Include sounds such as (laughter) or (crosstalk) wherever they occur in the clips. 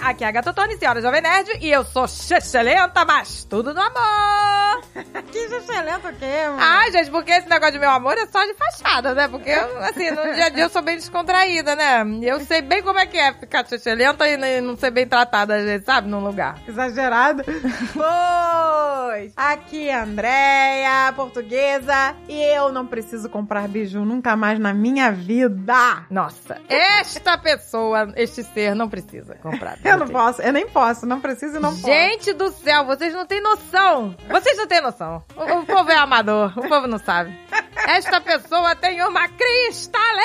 Aqui é a Gatotone, senhora Jovem Nerd, e eu sou lenta, mas tudo no (laughs) amor! Que excelente o quê, mano? Ai, gente, porque esse negócio de meu amor é só de fachada, né? Porque, eu, assim, no dia a dia eu sou bem descontraída, né? Eu sei bem como é que é ficar lenta e não ser bem tratada, às vezes, sabe? Num lugar. (laughs) Exagerado. pois! Aqui é a Andréia, portuguesa, e eu não preciso comprar biju nunca mais na minha vida. Nossa, esta pessoa, este ser, não precisa comprar. Eu não posso, eu nem posso, não preciso e não Gente do céu, vocês não têm noção. Vocês não têm noção. O, o povo é amador, o povo não sabe. Esta pessoa tem uma cristaleira.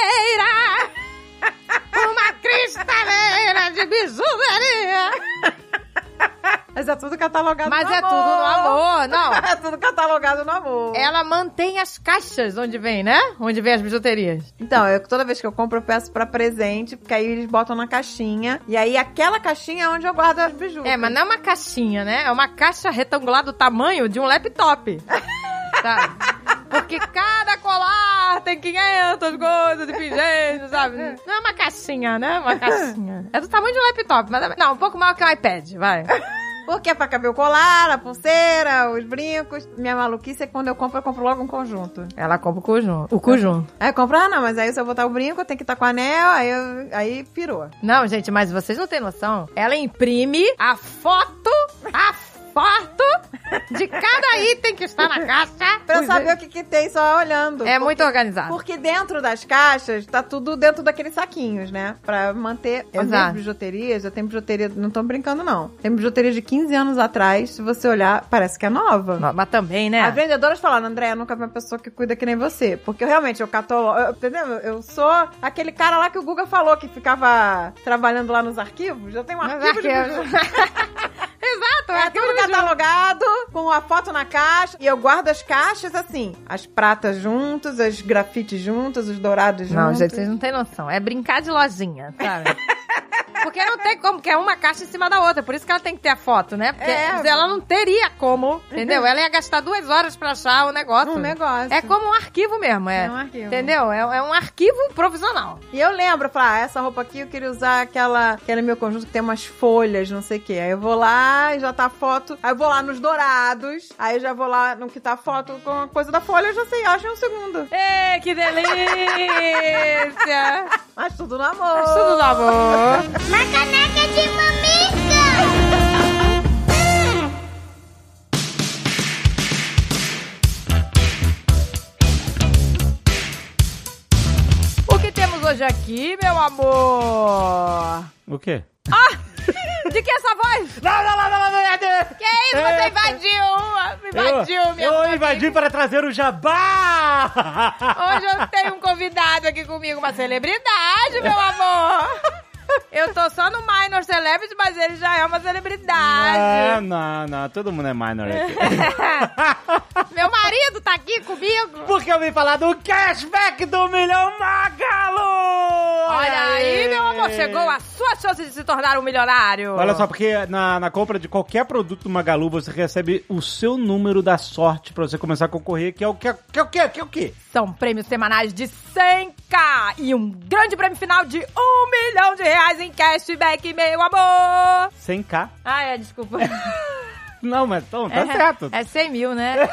Uma cristaleira de bijuteria. posso. Mas é tudo catalogado Mas no é amor. tudo no amor, É. não. (laughs) É tudo catalogado no amor. Ela mantém as caixas onde vem, né? Onde vem as bijuterias. Então, eu, toda vez que eu compro, eu peço pra presente, porque aí eles botam na caixinha. E aí, aquela caixinha é onde eu guardo as bijus. É, mas não é uma caixinha, né? É uma caixa retangular do tamanho de um (laughs) laptop. sabe? Porque cada colar tem 500 coisas de pingente, sabe? Não é uma caixinha, né? É Uma caixinha. É do tamanho de um laptop, mas não, um pouco maior que um iPad, vai. Porque é pra caber o colar, a pulseira, os brincos. Minha maluquice é que quando eu compro, eu compro logo um conjunto. Ela compra o conjunto. O conjunto. Aí eu compro, ah, não, mas aí se eu botar o brinco, tem que estar com o anel, aí, eu- aí pirou. Não, gente, mas vocês não têm noção. Ela imprime a foto, a foto de cada item que está na caixa. Pra eu saber o que, que tem só olhando. É muito organizado. Porque dentro das caixas tá tudo dentro daqueles saquinhos, né? Pra manter as Exato. minhas bijuterias. Eu tenho bijuteria, não tô brincando não. Tem bijuteria de 15 anos atrás, se você olhar, parece que é nova. Mas também, né? As vendedoras falaram, André, nunca vi uma pessoa que cuida que nem você. Porque eu realmente, eu catolo... eu- Entendeu? Eu sou aquele cara lá que o Guga falou que ficava trabalhando lá nos arquivos. Eu tenho um Mas arquivo de arquivos. biju. Exato, É tudo catalogado, com a foto na caixa. E eu guardo as caixas assim. As pratas juntas, as grafites juntas, os dourados juntos. Não, gente, vocês não têm noção. É brincar de lojinha, (laughs) sabe? Porque não tem como, que é uma caixa em cima da outra. Por isso que ela tem que ter a foto, né? Porque É. Uhum. ela não teria como, entendeu? Ela ia gastar duas horas pra achar o negócio. Um negócio. É como um arquivo mesmo, é. É um arquivo. Entendeu? É, é um arquivo profissional. E eu lembro, eu falo, ah, essa roupa aqui eu queria usar aquela, aquele meu conjunto que tem umas folhas, não sei o quê. Aí eu vou lá e já tá a foto. Aí eu vou lá nos dourados. Aí eu já vou lá no que tá a foto com a coisa da folha, eu já sei, acho em um segundo. Ei, que (laughs) delícia! Mas tudo no amor. Tudo do amor. Uma caneca de mamica! O que temos hoje aqui, meu amor? O quê? De que é essa voz? Não, não, não, não, não, não, não. Que isso? Você invadiu! Invadiu, É. eu, minha Eu invadi para trazer o jabá! Hoje eu tenho um convidado aqui comigo, uma celebridade, meu (laughs) amor! Eu tô só no Minor Celebrity, mas ele já é uma Ah, celebridade. não, não, todo mundo é minor aqui. Meu marido tá aqui comigo. É Porque eu vim falar do cashback do Milhão Magalo! Olha aí, meu amor, chegou a sua chance de se tornar um milionário. Olha só, porque na, na compra de qualquer produto do Magalu, você recebe o seu número da sorte pra você começar a concorrer, que é o que? é- Que é o que? Que é o que? São prêmios semanais de 100k e um grande prêmio final de um milhão de reais em cashback, meu amor. 100k? Ah, é, desculpa. Não, mas então, (laughs) tá É, certo. É 100 mil, né?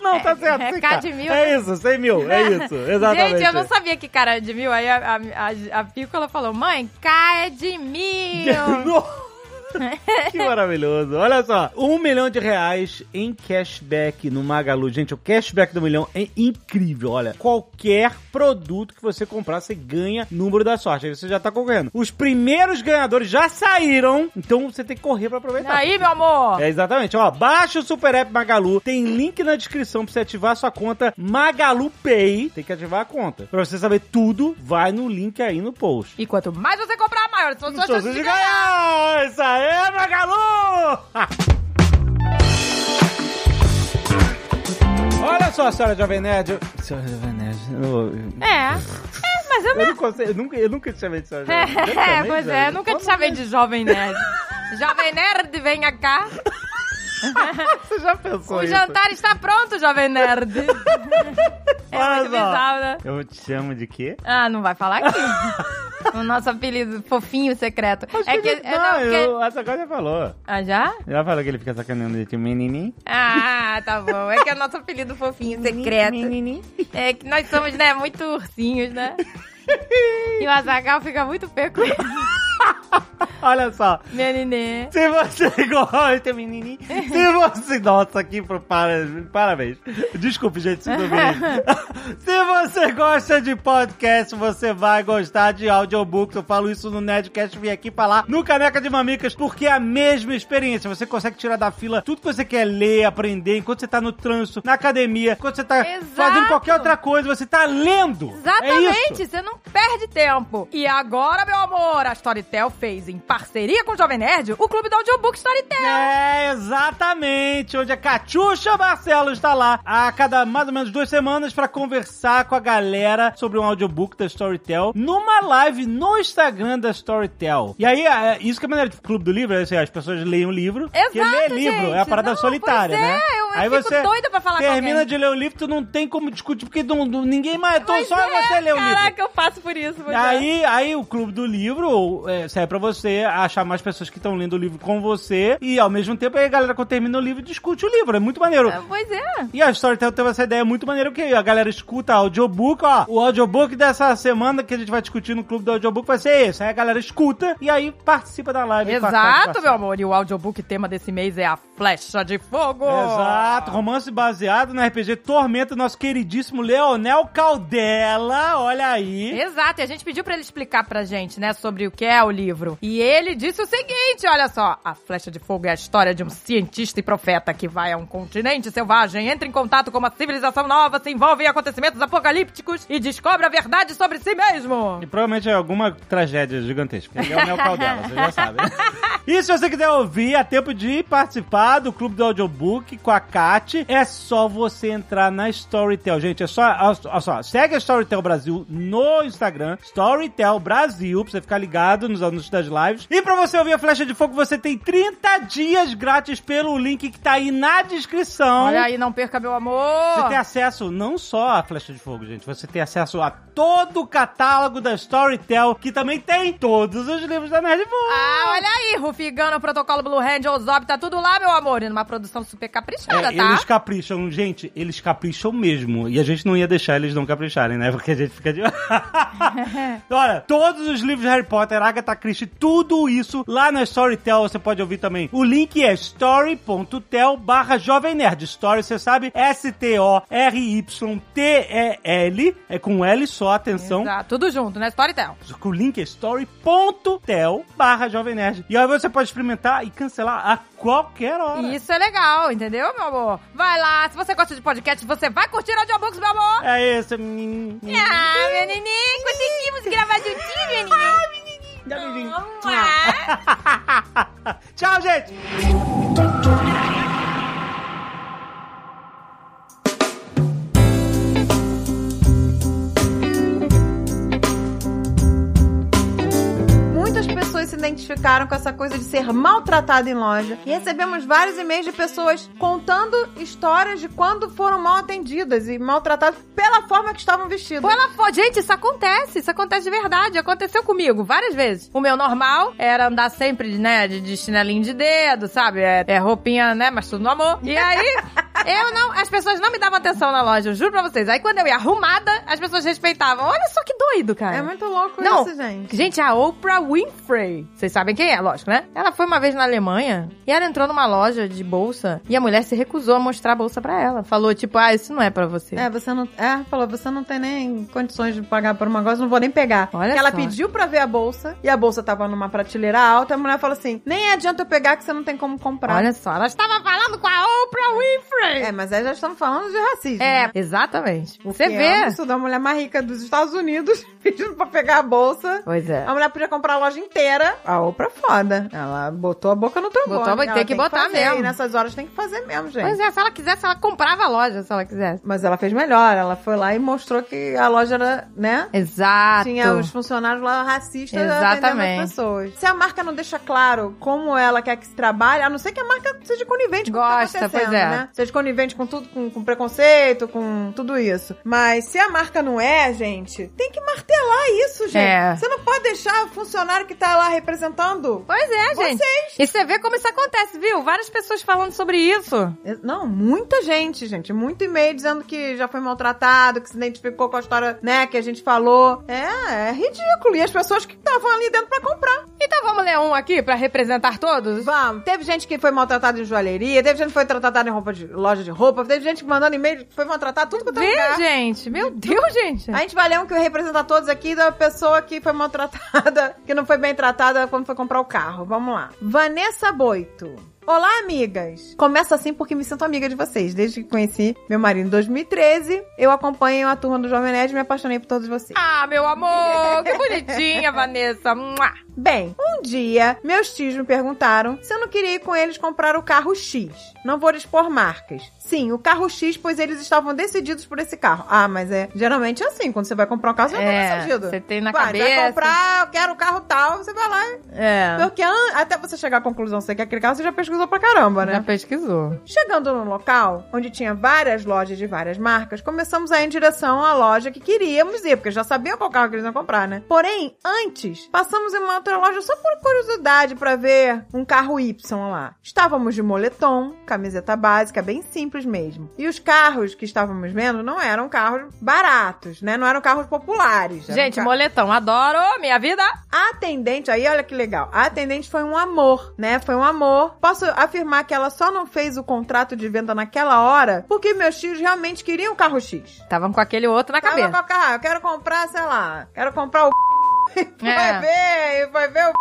não, tá certo. é 100K. K de mil. É isso, 100 (laughs) mil, é (laughs) isso, exatamente. Gente, eu não sabia que cara é de mil. Aí a, a, a- a Pícola falou: mãe, cara é de (laughs) mil. Nossa, que maravilhoso. Olha só, um milhão de reais em cashback no Magalu. Gente, o cashback do milhão é incrível. Olha, qualquer produto que você comprar, você ganha número da sorte. Aí você já tá concorrendo. Os primeiros ganhadores já saíram, então você tem que correr pra aproveitar. Tá Aí, meu amor. É exatamente, ó. Baixa o Super App Magalu. Tem link na descrição pra você ativar sua conta Magalu Pay. Tem que ativar a conta. Pra você saber tudo, vai no link aí no post. E quanto mais você comprar, maior são suas Sou chances de ganhar. "Ah, Isso aí, Magalu! (laughs) Olha só, senhora Jovem Nerd. Senhora Jovem Nerd. Eu, É. É, mas eu eu não consigo, eu nunca, eu nunca te chamei de senhora Jovem (laughs) Nerd. Eu É, também, pois Jovem. é, nunca te Como chamei de jovem (laughs) nerd. Jovem nerd, venha cá. Você já pensou O isso? (laughs) jantar está pronto, jovem nerd. É Olha muito só. É bizarro, né? Eu te chamo de quê? Ah, não vai falar aqui. o nosso apelido fofinho secreto. Acho é que. ele- é, não, não, porque- eu, essa coisa já falou. Ah, já? Já falou que ele fica sacaneando de ti, menininho. Ah, tá bom. É que é o nosso apelido fofinho secreto. Menininho. (laughs) É que nós somos, né, muito ursinhos, né? E o Azagal fica muito (laughs) peculiar. Olha só. Meu nenê. (laughs) Se você gosta, menininho. (laughs) Se você. Nossa, aqui pro para... parabéns. Desculpe, gente, (laughs) se dominei. Se você gosta de podcast, você vai gostar de audiobooks. Eu falo isso no Nerdcast. Vim aqui falar no Caneca de Mamicas, porque é a mesma experiência. Você consegue tirar da fila tudo que você quer ler, aprender, enquanto você tá no trânsito, na academia, enquanto você tá Exato. fazendo qualquer outra coisa, você tá lendo. É Exatamente, isso. você não perde tempo. E agora, meu amor, a Storytel fez, em parceria com o Jovem Nerd, o Clube do Audiobook Storytel. É, exatamente, onde a Catiuxa Barcelos está lá a cada mais ou menos duas semanas para conversar com a galera sobre um audiobook da Storytel numa live no Instagram da Storytel. E aí, é, isso que é a maneira do Clube do Livro, é assim, as pessoas leem um livro, Exato, porque ler livro gente. é a parada Não, solitária, pois é, né? eu- eu aí fico você doida pra falar com termina alguém. de ler o livro, tu não tem como discutir, porque não- não- ninguém mais, então Pois só é, você lê o livro. Caraca, eu passo por isso. pois é. Aí, aí o clube do livro é, serve pra você achar mais pessoas que estão lendo o livro com você e ao mesmo tempo aí a galera quando termina o livro discute o livro, é muito maneiro. Ah, Pois é. E a Storytel teve essa ideia muito maneira que a galera escuta audiobook, ó. O audiobook dessa semana que a gente vai discutir no clube do audiobook vai ser esse. Aí a galera escuta e aí participa da live. com é a Exato, participação. meu amor. E o audiobook tema desse mês é a Flecha de Fogo. Exato, romance baseado no RPG Tormenta, nosso queridíssimo Leonel Caldela, olha aí. Exato, e a gente pediu pra ele explicar pra gente, né, sobre o que é o livro. E ele disse o seguinte, olha só, a Flecha de Fogo é a história de um cientista e profeta que vai a um continente selvagem, entra em contato com uma civilização nova, se envolve em acontecimentos apocalípticos e descobre a verdade sobre si mesmo. E provavelmente é alguma tragédia gigantesca. Ele é o Neo Caldela, vocês já sabem. E se você quiser ouvir, há tempo de participar do Clube do Audiobook com a Kat, é só você entrar na Storytel. Gente, é só, olha só, segue a Storytel Brasil no Instagram, Storytel Brasil, pra você ficar ligado nos anúncios das lives. E pra você ouvir a Flecha de Fogo, você tem 30 dias grátis pelo link que tá aí na descrição. Olha aí, não perca, meu Você tem amor. acesso não só à Flecha de Fogo, gente. Você tem acesso a todo o catálogo da Storytel, que também tem todos os livros da Nerd Book. Ah, olha aí, Rufigano, Protocolo Blue Hand, Ozob, tá tudo lá, meu amor. E numa produção super caprichada, É, tá? Eles capricham, gente, eles capricham mesmo. E a gente não ia deixar eles não capricharem, né? Porque a gente fica (laughs) de. Olha, todos os livros de Harry Potter, Agatha Christie, tudo isso lá na Storytel você pode ouvir também. O link é story.tel barra Jovem Nerd. Story, você sabe, S-T-O-R-Y-T-E-L, é com L só, atenção. Exato, tudo junto, né? Storytel. O link é story.tel barra Jovem Nerd. E aí você pode experimentar e cancelar a qualquer hora. Isso é legal, entendeu, meu amor? Vai lá, se você gosta de podcast, você vai curtir audiobooks, meu amor! É isso, menino. Ah, meu neném, conseguimos gravar juntinho, meu neném! Dá beijinho. Ah. (laughs) Tchau, gente! Muitas pessoas se identificaram com essa coisa de ser maltratado em loja. E recebemos vários e-mails de pessoas contando histórias de quando foram mal atendidas e maltratadas pela forma que estavam vestidas. Pô, ela foi. Gente, isso acontece, isso acontece de verdade. Aconteceu comigo várias vezes. O meu normal era andar sempre, né, de, de chinelinho de dedo, sabe? É, é roupinha, né, mas tudo no amor. E aí, eu não, as pessoas não me davam atenção na loja, eu juro pra vocês. Aí quando eu ia arrumada, as pessoas respeitavam. Olha só que doido, cara. É muito louco Não. isso, gente. Gente, a Oprah Winfrey. Vocês sabem quem é, lógico, né? Ela foi uma vez na Alemanha e ela entrou numa loja de bolsa e a mulher se recusou a mostrar a bolsa pra ela. Falou, tipo, ah, isso não é pra você. É, você não. É, falou, você não tem nem condições de pagar por um negócio, não vou nem pegar. Olha Porque ela só. pediu pra ver a bolsa e a bolsa tava numa prateleira alta. A mulher falou assim: nem adianta eu pegar que você não tem como comprar. Olha só, ela estava falando com a Oprah Winfrey. É, mas aí já estamos falando de racismo. É, né? exatamente. Você Que É um vê. absurdo, a mulher mais rica dos Estados Unidos (laughs) pedindo pra pegar a bolsa. Pois é. A mulher podia comprar a loja inteira. A Oprah é foda. Ela botou a boca no trombone. Botou a boca, né? tem Ela que botar fazer, mesmo. E nessas horas tem que fazer mesmo, gente. Pois é, se ela quisesse, ela comprava a loja, se ela quisesse. Mas ela fez melhor. Ela foi lá e mostrou que a loja era, né? Exato. Tinha os funcionários lá racistas Exatamente. atendendo as pessoas. Se a marca não deixa claro como ela quer que se trabalhe, a não ser que a marca seja conivente com o que tá Gosta, acontecendo, pois é. né? Seja conivente com tudo, com, com preconceito, com tudo isso. Mas se a marca não é, gente, tem que martelar isso, gente. É. Você não pode deixar o funcionário que tá lá representando. Pois é, gente. Vocês. E você vê como isso acontece, viu? Várias pessoas falando sobre isso. É, Não, muita gente, gente. Muito e-mail dizendo que já foi maltratado, que se identificou com a história, né, que a gente falou. É, é ridículo. E as pessoas que estavam ali dentro pra comprar. Então vamos ler um aqui pra representar todos? Vamos. Teve gente que foi maltratada em joalheria, teve gente que foi tratada em roupa de, loja de roupa, teve gente que mandando e-mail que foi maltratada, tudo quanto é Vê, lugar. gente. Meu Deus, gente. A gente vai ler um que representa todos aqui da pessoa que foi maltratada, (laughs) que não foi bem tratada quando foi comprar o carro. Vamos lá. Vanessa Boito. Olá, amigas! Começo assim porque me sinto amiga de vocês. Desde que conheci meu marido em 2013, eu acompanho a turma do Jovem Nerd e me apaixonei por todos vocês. Ah, meu amor. Que (laughs) bonitinha, Vanessa. Mua. Bem, um dia meus tios me perguntaram se eu não queria ir com eles comprar o carro X. Não vou expor marcas. Sim, o carro X, pois eles estavam decididos por esse carro. Ah, mas é geralmente é assim, quando você vai comprar um carro, você já tá É, decidido. você tem na vai, cabeça. vai comprar, eu quero o carro tal, você vai lá. É. Porque an- até você chegar à conclusão que você quer aquele carro, você já pesquisou pra caramba, né? Já pesquisou. Chegando no local, onde tinha várias lojas de várias marcas, começamos a ir em direção à loja que queríamos ir, porque já sabia qual carro que eles iam comprar, né? Porém, antes, passamos em uma outra loja só por curiosidade pra ver um carro Y lá. Estávamos de moletom, camiseta básica, bem simples mesmo. E os carros que estávamos vendo não eram carros baratos, né? Não eram carros populares. eram Gente, ca- moletão. Adoro minha vida. a atendente, aí olha que legal. A atendente foi um amor, né? Foi um amor. Posso afirmar que ela só não fez o contrato de venda naquela hora porque meus tios realmente queriam o carro X. Estavam com aquele outro na Tava com cabeça. o carro, eu quero comprar, sei lá, quero comprar o vai É. ver, vai ver o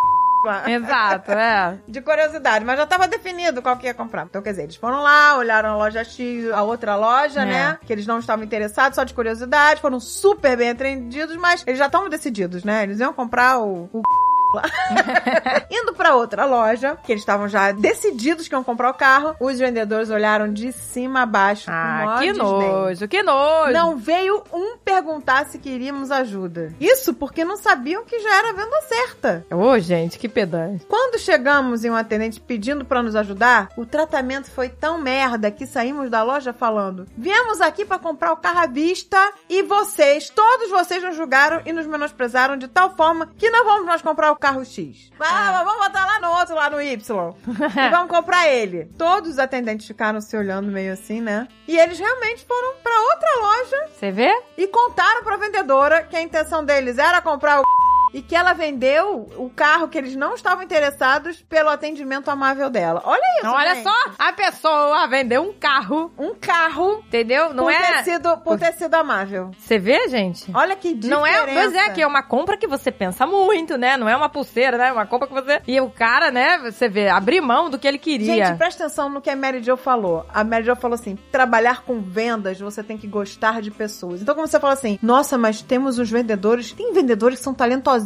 lá. Exato, (laughs) é. De curiosidade, mas já tava definido qual que ia comprar. Então, quer dizer, eles foram lá, olharam a loja X, a outra loja, É. né? Que eles não estavam interessados, só de curiosidade, foram super bem atendidos, mas eles já estavam decididos, né? Eles iam comprar o. (laughs) o (laughs) lá. Indo pra outra loja, que eles estavam já decididos que iam comprar o carro, os vendedores olharam de cima a baixo. com Ah, maior que desdém. nojo, que nojo. Não veio um perguntar se queríamos ajuda. Isso porque não sabiam que já era a venda certa. Ô, gente, que pedante. Quando chegamos em um atendente pedindo pra nos ajudar, o tratamento foi tão merda que saímos da loja falando: "Viemos aqui pra comprar o carro à vista e vocês, todos vocês nos julgaram e nos menosprezaram de tal forma que não vamos mais comprar o carro X. Ah, mas vamos botar lá no outro, lá no (laughs) Y. e vamos comprar ele." Todos os atendentes ficaram se olhando meio assim, né? E eles realmente foram pra outra loja Você vê? e contaram pra vendedora que a intenção deles era comprar o e que ela vendeu o carro que eles não estavam interessados pelo atendimento amável dela. Olha isso, Não, olha gente. só, a pessoa vendeu um carro, Um carro entendeu? Não por, é. ter sido, por ter sido amável. Você vê, gente? Olha que diferença. Não é, pois é, que é uma compra que você pensa muito, né? Não é uma pulseira, né? É uma compra que você. E o cara, né, você vê, abrir mão do que ele queria. Gente, presta atenção no que a Mary Jo falou. A Mary Jo falou assim, trabalhar com vendas, você tem que gostar de pessoas. Então, como você fala assim, nossa, mas temos os vendedores... Tem vendedores que são talentosíssimos,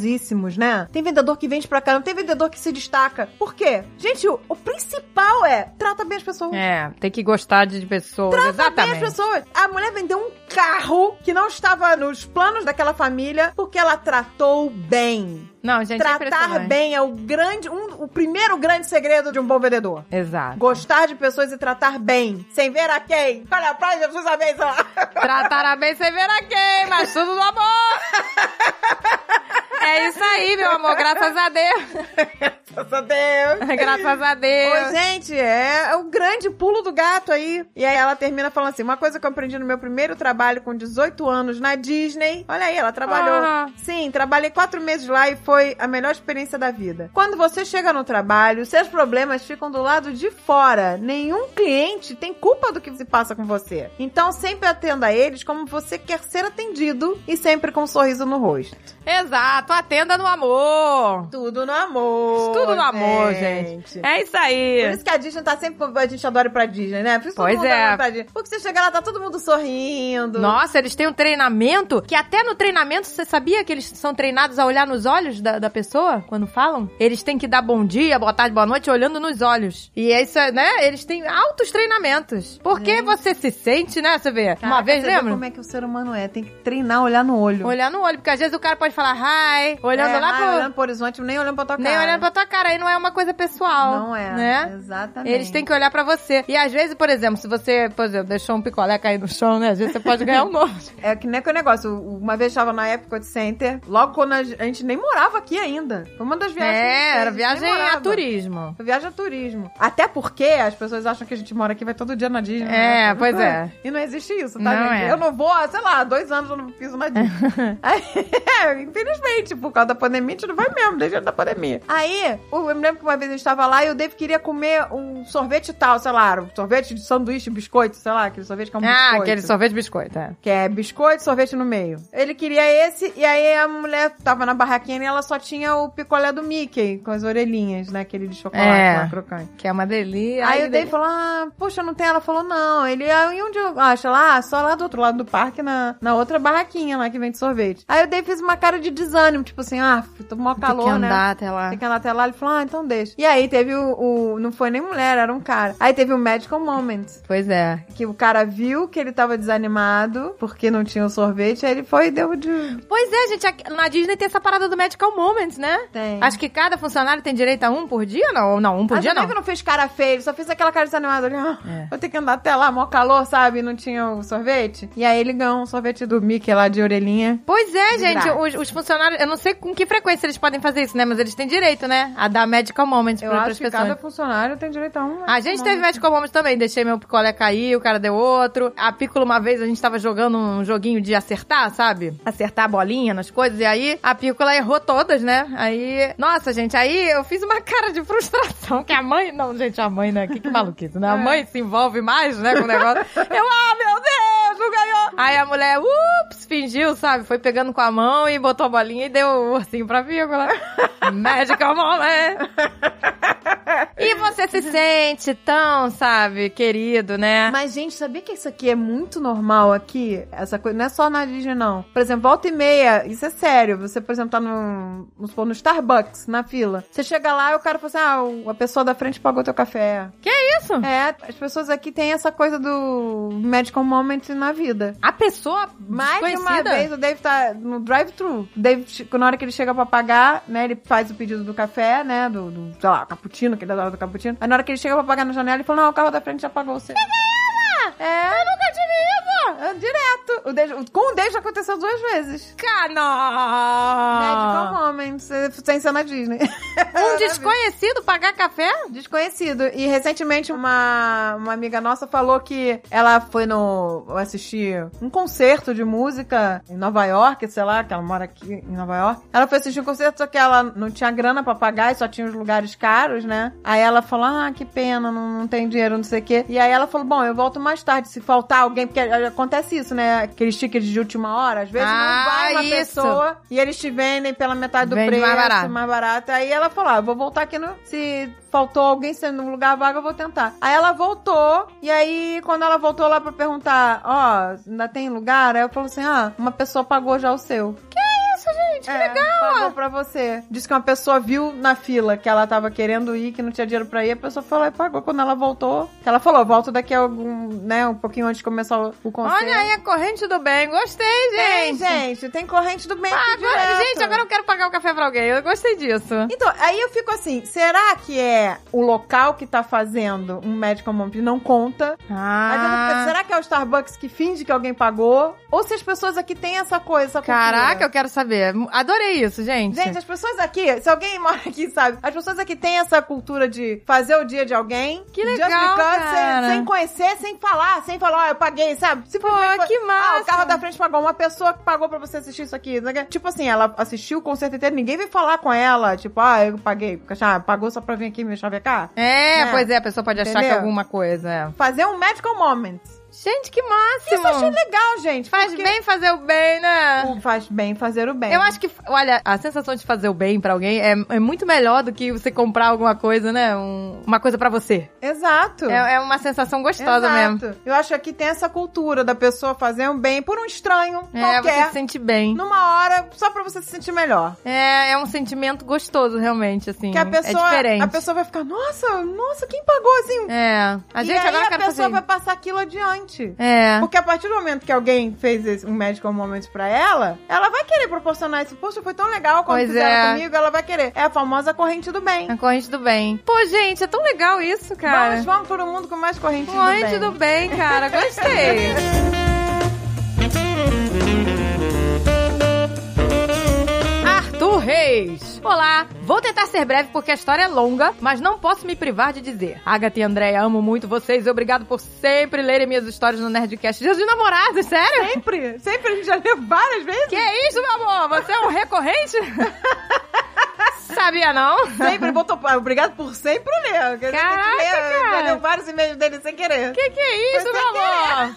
né? Tem vendedor que vende pra caramba, tem vendedor que se destaca. Por quê? Gente, o, o principal é, trata bem as pessoas. É, tem que gostar de pessoas. Trata assim. bem Exatamente. as pessoas. A mulher vendeu um carro que não estava nos planos daquela família porque ela tratou bem. Não, gente, é Tratar impressionante. bem é o grande, um- o primeiro grande segredo de um bom vendedor. Exato. Gostar de pessoas e tratar bem. Sem ver a quem. Olha a praia, Jesus amém, sei lá. Tratará bem sem ver a quem, mas tudo no amor. É isso aí, meu amor. Graças a Deus. (laughs) Graças a Deus. Graças a Ô, Deus. gente, é, é o grande pulo do gato aí. E aí ela termina falando assim: uma coisa que eu aprendi no meu primeiro trabalho com 18 anos na Disney. Olha aí, ela trabalhou. Ah. Sim, trabalhei quatro meses lá e foi a melhor experiência da vida. Quando você chega no trabalho, seus problemas ficam do lado de fora. Nenhum cliente tem culpa do que se passa com você. Então sempre atenda a eles como você quer ser atendido e sempre com um sorriso no rosto. Exato. Atenda no amor. Tudo no amor. Tudo no amor, gente. É isso Por aí. isso que a Disney tá sempre. A gente adora ir pra Disney, né? Por isso Pois todo mundo é. adora ir pra Disney. Porque você chega lá, tá todo mundo sorrindo. Nossa, eles têm um treinamento que até no treinamento, você sabia que eles são treinados a olhar nos olhos da, da pessoa quando falam? Eles têm que dar bom dia, boa tarde, boa noite, olhando nos olhos. E é isso, né? Eles têm altos treinamentos. Porque você se sente, né? Você vê. Caraca, Uma vez, você vê é lembra? Como é que o ser humano é? Tem que treinar, olhar no olho. Olhar no olho, porque às vezes o cara pode falar hi, sei. Olhando É, lá ah, pro. olhando pro horizonte, nem olhando pra tua cara. Nem olhando pra tua cara, aí não é uma coisa pessoal. Não é, Né? exatamente. Eles têm que olhar pra você. E às vezes, por exemplo, se você, por exemplo, deixou um picolé cair no chão, né? Às vezes você pode ganhar um (laughs) novo. É que nem aquele negócio. Uma vez estava na Epcot Center, logo quando a gente nem morava aqui ainda. Foi uma das viagens. que a gente É, fez, era gente viagem nem morava. a turismo. Foi Viagem a turismo. Até porque as pessoas acham que a gente mora aqui, vai todo dia na Disney. É, né? pois é. E não existe isso, tá, Não gente? é. Eu não vou, há, sei lá, há dois anos eu não piso na (laughs) Disney. Aí, (laughs) é, infelizmente, por causa da pandemia, a gente não vai mesmo, desde antes da pandemia. Aí, eu me lembro que uma vez eu estava lá e o Dave queria comer um sorvete tal, sei lá, um sorvete de sanduíche, biscoito, sei lá, aquele sorvete que é um ah, biscoito. aquele sorvete de biscoito, é. Que é biscoito e sorvete no meio. Ele queria esse, e aí a mulher tava na barraquinha e ela só tinha o picolé do Mickey, com as orelhinhas, né? Aquele de chocolate É. lá, crocante. Que é uma delícia. Aí Ai, o Dave falou, ah, poxa, não tem? Ela falou, não. Ele, ah, e onde eu acho? Ela, ah, só lá do outro lado do parque, na, na outra barraquinha lá que vende sorvete. Aí o Dave fez uma cara de desânimo, tipo assim, ah, tô com maior calor, Tem que né? andar até lá. Tem que andar até lá. Ele falou, ah, então deixa. E aí teve o, o- não foi nem mulher, era um cara. Aí teve o Magical Moment. Pois é. Que o cara viu que ele tava desanimado porque não tinha o sorvete, aí ele foi e deu de. Pois é, gente, aqui- na Disney tem essa parada do Medical Moments, né? Tem. Acho que cada funcionário tem direito a um por dia, não? Ou Não, um por Mas dia o não. Dave não fez cara feia, ele só fez aquela cara desanimada. Ele, ah, É. vou ter que andar até lá, mó calor, sabe? Não tinha o sorvete. E aí ele ganhou um sorvete do Mickey lá de orelhinha. Pois é, gente, graça. os, os funcionários, eu não sei com que frequência eles podem fazer isso, né? Mas eles têm direito, né? A dar medical moments Eu pra outras acho que pessoas. cada funcionário tem direito a um. A gente teve medical moments também, deixei meu picolé cair, o cara deu outro. A Piccolo, uma vez, a gente tava jogando um joguinho de acertar, sabe? Acertar a bolinha nas coisas, e aí a Piccola errou todas, né? Aí, nossa, gente, aí eu fiz uma cara de frustração, que a mãe... Não, gente, a mãe, né? Que, que maluquice, né? A mãe se envolve mais, né, com o negócio. Eu, ah, meu Deus, não ganhou! Aí a mulher, ups, fingiu, sabe? Foi pegando com a mão e botou a bolinha e deu o ursinho pra Piccola. medical moment! E você se sente tão, sabe, querido, né? Mas, gente, sabia que isso aqui é muito normal aqui? Essa coisa não é só na Disney, não. Por exemplo, volta e meia, isso é sério. Você, por exemplo, tá no, vamos supor, no Starbucks, na fila. Você chega lá e o cara fala assim: ah, o- a pessoa da frente pagou teu café. Que é isso? É, as pessoas aqui têm essa coisa do medical moment na vida. A pessoa Mais de uma desconhecida? vez, o Dave tá no drive-thru. O Dave, che- na hora que ele chega pra pagar, né, ele faz o pedido do café, né, do, do, sei lá, cappuccino, que ele adora do cappuccino. Aí na hora que ele chega pra pagar na janela, ele fala, não, o carro da frente já pagou você. É, eu nunca tive isso! Direto! O Dave- o- com o Dave já aconteceu duas vezes. Medical Cana! moment, se- sem ser na Disney. (laughs) É Um desconhecido pagar café? Desconhecido. E recentemente uma, uma amiga nossa falou que ela foi no assistir um concerto de música em Nova York, sei lá, que ela mora aqui em Nova York. Ela foi assistir um concerto, só que ela não tinha grana pra pagar e só tinha os lugares caros, né? Aí ela falou: Ah, que pena, não, não tem dinheiro, não sei o quê. E aí ela falou: Bom, eu volto mais tarde, se faltar alguém, porque acontece isso, né? Aqueles tickets de última hora, às vezes Ah, não vai uma isso. pessoa e eles te vendem pela metade do Vende preço, mais barato. mais barato. Aí ela falou: ah, eu vou voltar aqui no. Se faltou alguém sendo um lugar vago, eu vou tentar. Aí ela voltou, e aí, quando ela voltou lá pra perguntar, ó, ainda tem lugar? Aí eu falou assim: ah, uma pessoa pagou já o seu. Que é isso, gente? Que legal! Pagou pra você. Disse que uma pessoa viu na fila que ela tava querendo ir, que não tinha dinheiro pra ir, a pessoa foi lá e pagou. Quando ela voltou, que ela falou: volto daqui a algum, né, um pouquinho antes de começar o, o concerto. Olha aí a corrente do bem. Gostei, Tem, gente. gente, tem corrente do bem. Ah, aqui agora- direto. gente, agora eu quero pagar o café pra alguém. Eu gostei disso. Então, aí eu fico assim, será que é o local que tá fazendo um medical moment não conta? Mas eu fico pensando, Ah, será que é o Starbucks que finge que alguém pagou? Ou se as pessoas aqui têm essa coisa, essa cultura? caraca, eu quero saber. Adorei isso, gente. Gente, as pessoas aqui, se alguém mora aqui, sabe? As pessoas aqui têm essa cultura de fazer o dia de alguém. Que just legal, because, sem- cara. Sem, conhecer, sem falar, sem falar, ó, eu paguei, sabe? Se Pô, que Ah, massa. o carro da frente pagou, uma pessoa que pagou pra você assistir isso aqui. não sei o quê. Tipo assim, ela assistiu o concerto inteiro, ninguém veio falar com ela. Tipo, ah, eu paguei, porque ah, pagou só pra vir aqui me chavecar. É, né? pois é, a pessoa pode achar que Entendeu? é alguma coisa. é. Fazer um medical moment. Gente, que máximo. Isso eu achei legal, gente. Faz porque É. bem fazer o bem, né? o- Faz bem fazer o bem. Eu acho que, olha, a sensação de fazer o bem pra alguém é, é muito melhor do que você comprar alguma coisa, né? Um- uma coisa pra você. Exato. É, é uma sensação gostosa mesmo. Exato. Eu acho que aqui tem essa cultura da pessoa fazer um bem por um estranho É, você qualquer. se sente bem. Numa hora, só pra você se sentir melhor. É, é um sentimento gostoso, realmente, assim. Que a é pessoa, diferente. a pessoa vai ficar, nossa, nossa, quem pagou assim? É. A e gente aí agora eu a quero pessoa fazer. vai passar aquilo adiante, importante. É. Porque a partir do momento que alguém fez esse- um medical moment pra ela, ela vai querer proporcionar esse. Poxa, foi tão legal quando Pois fizeram é. comigo, ela vai querer. É a famosa corrente do bem. A corrente do bem. Pô, gente, é tão legal isso, cara. Vamos, vamos todo mundo com mais corrente do bem. Corrente do bem, cara. Gostei. Arthur Reis. Olá, vou tentar ser breve porque a história é longa, mas não posso me privar de dizer. Agatha e Andréia, amo muito vocês e obrigado por sempre lerem minhas histórias no Nerdcast. Dia de namorados, sério? Sempre, sempre a gente já leu várias vezes. Que isso, meu amor? Você é um recorrente? (laughs) Sabia não? Sempre botou. Obrigado por sempre ler. porque a gente tem que Caraca, ler, cara. Já leu vários e-mails dele sem querer. Que que é isso, Foi meu sem amor?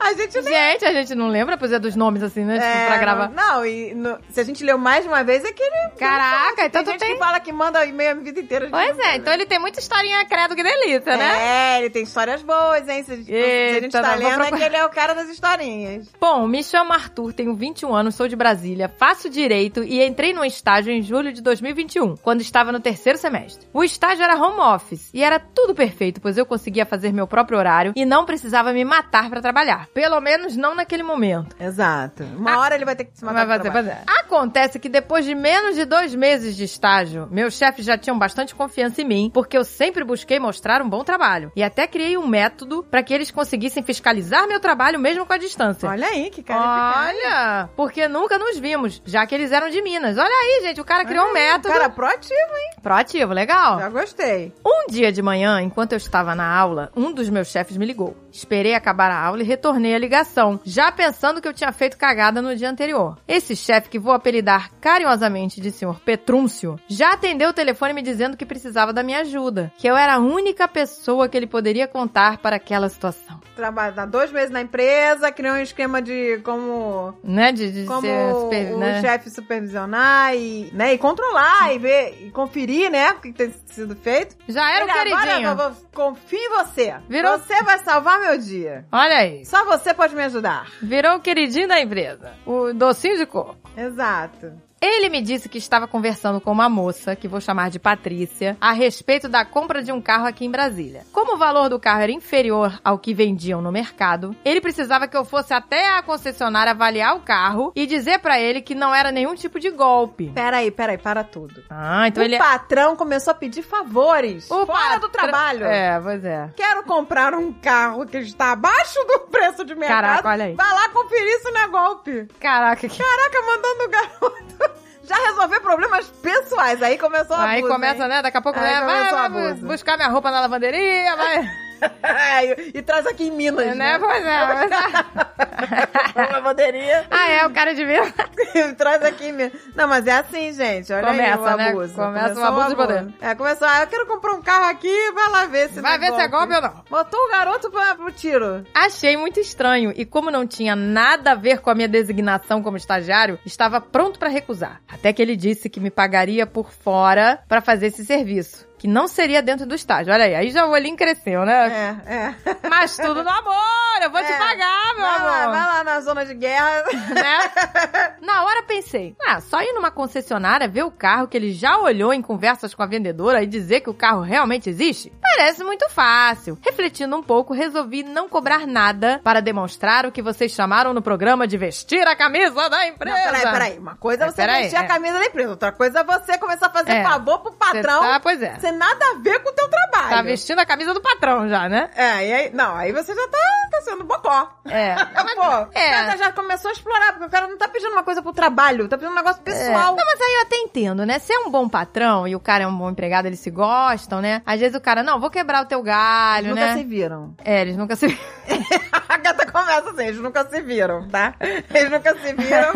A gente lê. É, Gente, a gente não lembra, pois é, dos nomes assim, né? Tipo, pra gravar. Não, e no- se a gente leu mais de uma vez, é que ele. Caraca, então tu tem gente tem- que fala que manda e-mail a minha vida inteira. a gente Pois não é, lê. então ele tem muita historinha credo que delícia, né? É, ele tem histórias boas, hein? Se a gente, se a gente Eita, tá não, vou lendo, é procurar. que ele é o cara das historinhas. Bom, me chamo Arthur, tenho 21 anos, sou de Brasília, faço direito e entrei num estágio em julho de 2021, quando estava no terceiro semestre. O estágio era home office e era tudo perfeito, pois eu conseguia fazer meu próprio horário e não precisava me matar pra trabalhar. Pelo menos não naquele momento. Exato. Uma hora ele vai ter que se matar. Mas Ah, vai pro ter- trabalho. vai ter. Acontece que depois de menos de dois meses de estágio, meus chefes já tinham bastante confiança em mim, porque eu sempre busquei mostrar um bom trabalho. E até criei um método pra que eles conseguissem fiscalizar meu trabalho mesmo com a distância. Olha aí, que cara eficaz. é. Olha, porque nunca nos vimos, já que eles eram de Minas. Olha aí, gente, o cara criou um método Ah, Cara proativo, hein? proativo, legal. Já gostei. Um dia de manhã, enquanto eu estava na aula, um dos meus chefes me ligou. Esperei acabar a aula e retornei a ligação, já pensando que eu tinha feito cagada no dia anterior. Esse chefe, que vou apelidar carinhosamente de senhor Petrúncio, já atendeu o telefone me dizendo que precisava da minha ajuda, que eu era a única pessoa que ele poderia contar para aquela situação. Trabalha tá dois meses na empresa, criou um esquema de como Né? De, de como ser super- o né? chefe supervisionar e, né, e controlar e ver e conferir, né, o que tem sido feito. Já era o Ele, queridinho. Agora eu vou- vou- confio em você. Virou- um Você vai salvar meu dia. Olha aí. Só você pode me ajudar. Virou o queridinho da empresa. O docinho de coco. Exato. Ele me disse que estava conversando com uma moça, que vou chamar de Patrícia, a respeito da compra de um carro aqui em Brasília. Como o valor do carro era inferior ao que vendiam no mercado, ele precisava que eu fosse até a concessionária avaliar o carro e dizer pra ele que não era nenhum tipo de golpe. Peraí, peraí, para tudo. Ah, então o ele patrão começou a pedir favores. O fora pa- do trabalho. É, pois é. Quero comprar um carro que está abaixo do preço de mercado. Caraca, olha aí. Vai lá conferir se não é golpe. Caraca, que... Caraca, mandando o garoto (laughs) já resolver problemas pessoais. Aí começou a Aí começa, né? Daqui a pouco, Aí né? Vai, começou o vai abuso. buscar minha roupa na lavanderia, vai. e, e traz aqui em Minas, né? né? Pois é. (laughs) pois é. lavanderia. Ah, é, o cara de Minas. e traz aqui em Minas. Não, mas é assim, gente. Olha aí Começa, o né? abuso. Começa o Começou abuso de poder. É, começou. Ah, eu quero comprar um carro aqui, vai lá ver se Vai não ver se é golpe ou não. Botou o garoto pra, pro tiro. Achei muito estranho e como não tinha nada a ver com a minha designação como estagiário, estava pronto para recusar. Até que ele disse que me pagaria por fora para fazer esse serviço, que não seria dentro do estágio. Olha aí, aí já o olhinho cresceu, É, né? é. Mas tudo no amor, eu vou te É. pagar, meu Vai lá, amor. vai lá na zona de guerra. (laughs) Né? Na hora pensei, ah, só ir numa concessionária ver o carro que ele já olhou em conversas com a vendedora e dizer que o carro realmente existe? Parece muito fácil. Refletindo um pouco, resolvi não cobrar nada para demonstrar o que vocês chamaram no programa de vestir a camisa da Não, empresa. peraí, peraí. Uma coisa é Mas você peraí, vestir é. a camisa da empresa, outra coisa é você começar a fazer É. favor pro Cê patrão Tá, pois é. sem nada a ver com o teu trabalho. Tá vestindo a camisa do patrão já, né? É, e aí, não, aí você já tá, tá sendo bocó. É. Pô, É. o cara já começou a explorar, porque o cara não tá pedindo uma coisa pro trabalho, tá pedindo um negócio É. (laughs) pessoal. Não, mas aí eu até entendo, né? Se é um bom patrão e o cara é um bom empregado, eles se gostam, né? Às vezes o cara, não, vou quebrar o teu galho, Eles né? nunca se viram. (laughs) É, eles nunca se. A gata começa assim, eles nunca se viram, tá? Eles nunca se (laughs) viram.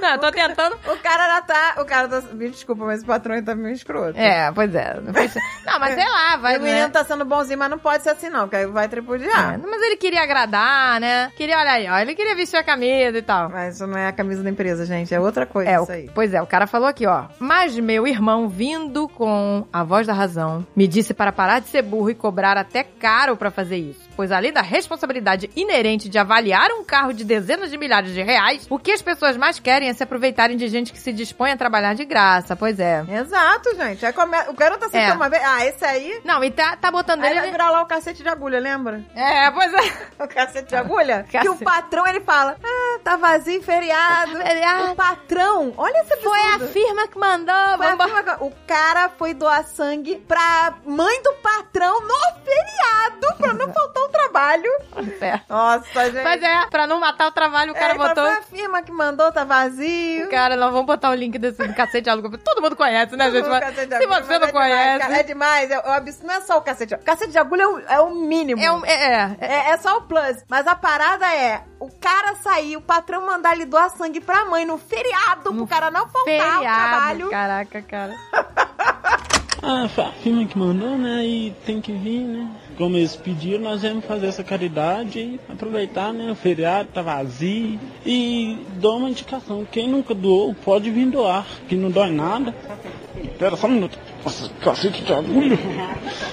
não, eu tô tentando o cara já tá. O cara tá. Me desculpa, mas esse patrão aí tá meio escroto. É, pois é. Não, fez- Não, mas sei lá, Aí vai. o menino Né? tá sendo bonzinho, mas não pode ser assim, não, porque aí vai tripudiar. É, mas ele queria agradar, né? Queria, olha aí, ó. Ele queria vestir a camisa e tal. Mas isso não é a camisa da empresa, gente. É outra coisa É, o- isso aí. pois é, o cara falou aqui, ó. Mas meu irmão, vindo com a voz da razão, me disse para parar de ser burro e cobrar até caro pra fazer isso. pois além da responsabilidade inerente de avaliar um carro de dezenas de milhares de reais, o que as pessoas mais querem é se aproveitarem de gente que se dispõe a trabalhar de graça, pois é. Exato, gente. Aí come... O garoto aceitou É. uma vez. Ah, esse aí. Não, e tá, tá botando Aí ele vai ele... virar lá o cacete de agulha, lembra? É, pois é. O cacete de agulha? Que Cacete. (laughs) o patrão, ele fala, ah, tá vazio, feriado. (laughs) feriado. O patrão, olha esse Foi a absurdo. firma que mandou, Foi vamos a embora. firma- O cara foi doar sangue pra mãe do patrão no feriado, pra não faltar um trabalho. É. Nossa, (laughs) gente. Mas é, pra não matar o trabalho, o cara Ele falou, botou. É, Foi a firma que mandou, tá vazio. Cara, nós vamos botar o link desse do cacete de agulha. Todo mundo conhece, né, gente? (laughs) Mas Cacete de se agulha, você mas não é demais, cara, conhece. é demais, é, o absurdo. não é só o cacete de agulha. Cacete de agulha é o, é o mínimo. É, um, é, é, É, é só o plus. Mas a parada é: o cara sair, o patrão mandar ele doar sangue pra mãe no feriado, pro cara não faltar o feriado. trabalho. Caraca, cara. Ah, foi a firma que mandou, né? E tem que vir, né? Como eles pediram, nós vamos fazer essa caridade e aproveitar, né? O feriado tá vazio. E dou uma indicação: quem nunca doou, pode vir doar, que não dói nada. Espera só um minuto. Nossa, cacete de (laughs) agulha.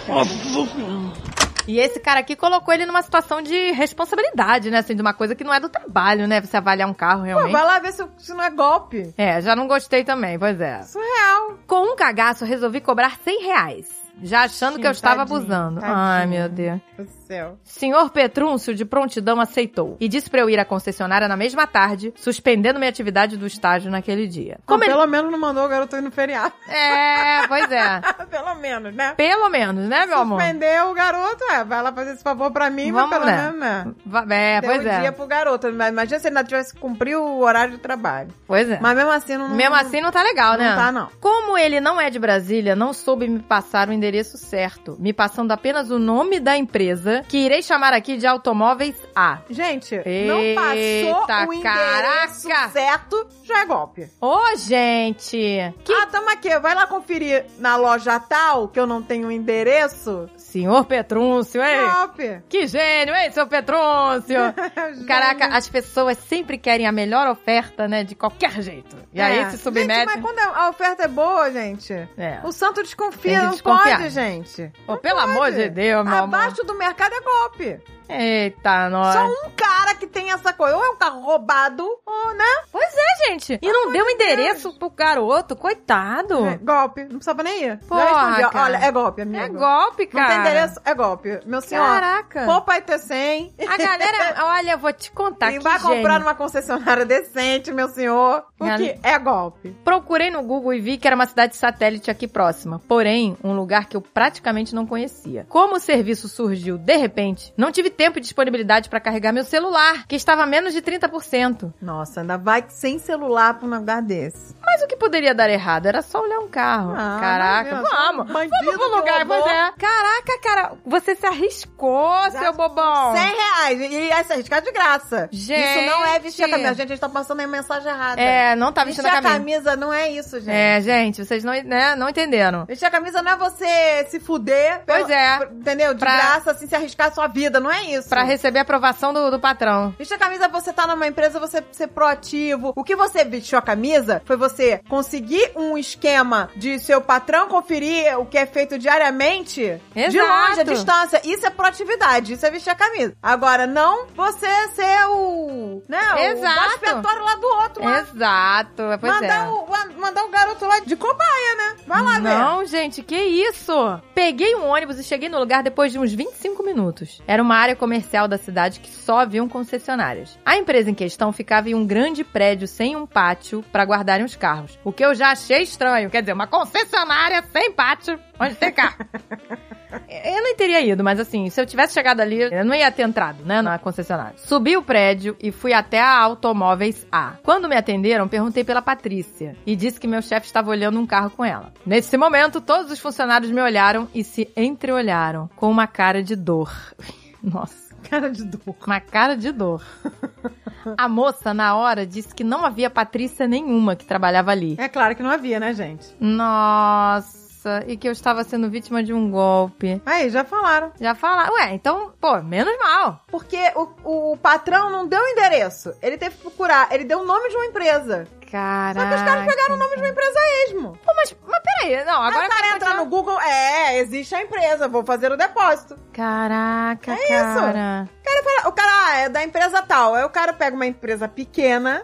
Nossa senhora. E esse cara aqui colocou ele numa situação de responsabilidade, né? Assim, de uma coisa que não é do trabalho, né? Você avaliar um carro Pô, realmente. vai lá ver se, se não é golpe. É, já não gostei também, pois é. Surreal. Com um cagaço, resolvi cobrar 100 reais. Já achando que eu estava Tadinho, abusando. tadinho. Ai, meu Deus. Meu Deus do céu. Senhor Petrúncio, de prontidão, aceitou e disse pra eu ir à concessionária na mesma tarde, suspendendo minha atividade do estágio naquele dia. Como Não, ele... Pelo menos não mandou o garoto ir no feriado. (laughs) É, pois é. pelo menos, né? Pelo menos, né, meu amor? Suspendeu o garoto, é, vai lá fazer esse favor pra mim, Vamos, mas pelo né? menos, né? Va- É, Deu pois um dia é. pro garoto. Mas Imagina se ele não tivesse cumprido o horário de trabalho. Pois é. Mas mesmo assim, não. Mesmo assim, não tá legal, não né? tá, não. Como ele não é de Brasília, não soube me passar o endereço certo, me passando apenas o nome da empresa, que irei chamar aqui de Automóveis A. Gente, Eita, não passou o endereço caraca. certo, já é golpe. Ô, gente! Ah, tamo aqui. Vai lá conferir na loja tal, que eu não tenho endereço. Senhor Petrúncio, hein? Golpe. Que gênio, hein, seu (laughs) Petrôncio? (laughs) Caraca, as pessoas sempre querem a melhor oferta, né? De qualquer jeito. E aí se É. Gente, submete. mas quando a oferta é boa, gente, É. o santo Tem desconfia. que Não desconfiar. pode, gente. Pô, pelo amor de Deus, meu amor. Abaixo do mercado é golpe. Eita, nós. Só um cara que tem essa coisa. Ou é um carro roubado, ou, né? Pois é, gente. E não deu endereço pro garoto, coitado. É, golpe. Não precisava nem ir. Porra, Já respondi, ó, cara. Olha, é golpe, amigo. É golpe, Não cara. tem endereço, é golpe. Meu senhor, Caraca. poupa e ter 100. A (laughs) galera, olha, eu vou te contar e que vai gênio. comprar numa concessionária decente, meu senhor. Porque é golpe. Procurei no Google e vi que era uma cidade satélite aqui próxima, porém, um lugar que eu praticamente não conhecia. Como o serviço surgiu de repente, não tive tempo e disponibilidade para carregar meu celular, que estava a menos de 30%. Nossa, ainda vai sem celular pra um lugar desse. Mas o que poderia dar errado? Era só olhar um carro. Ah, Caraca, meu Deus, vamos! um bandido Vamos pro que lugar, roubou. pois é. Caraca, cara, você se arriscou, seu bobão! 100 reais. E assim, essa arriscar de graça. Gente. Isso não é vestir a camisa. Gente, a gente tá passando aí mensagem errada. É, não tá vestindo vestir a a camisa. camisa não é isso, gente. É, gente, vocês não, né, não entenderam. Vestir a camisa não é você se fuder. Pois é. por- Entendeu? De Pra- graça, assim, se arriscar a sua vida. Não é isso. Pra receber a aprovação do, do patrão. Vestir a camisa, você tá numa empresa, você ser proativo. O que você vestiu a camisa foi você conseguir um esquema de seu patrão conferir o que é feito diariamente de Exato. longe, à distância. Isso é proatividade, isso é vestir a camisa. Agora, não você ser o. Né, Exato. O expiatório lá do outro, lá. Exato, pois mandar, um é. o, a- mandar o garoto lá de cobaia, né? Vai lá, velho. Não, gente, que isso? Peguei um ônibus e cheguei no lugar depois de uns 25 minutos. Era uma área comercial da cidade que só haviam concessionárias. A empresa em questão ficava em um grande prédio sem um pátio pra guardarem os carros. O que eu já achei estranho. Quer dizer, uma concessionária sem pátio, onde tem carro. Eu não teria ido, mas assim, se eu tivesse chegado ali, eu não ia ter entrado, né, na concessionária. Subi o prédio e fui até a Automóveis A. Quando me atenderam, perguntei pela Patrícia e disse que meu chefe estava olhando um carro com ela. Nesse momento, todos os funcionários me olharam e se entreolharam com uma cara de dor. (laughs) Nossa. Cara de dor. Uma cara de dor. A moça, na hora, disse que não havia Patrícia nenhuma que trabalhava ali. É claro que não havia, né, gente? Nossa, e que eu estava sendo vítima de um golpe. Aí, já falaram. Já falaram. Ué, então, pô, menos mal. Porque o, o patrão não deu o endereço. Ele teve que procurar. Ele deu o nome de uma empresa. Caraca. Só que os caras pegaram o nome de uma empresa mesmo. Pô, mas, mas aí, não, agora Agora o cara eu quero entrar no continuar. Google, é, existe a empresa, vou fazer o depósito. Caraca, É isso. cara. O cara, fala- o cara, ah, é da empresa tal. Aí o cara pega uma empresa pequena,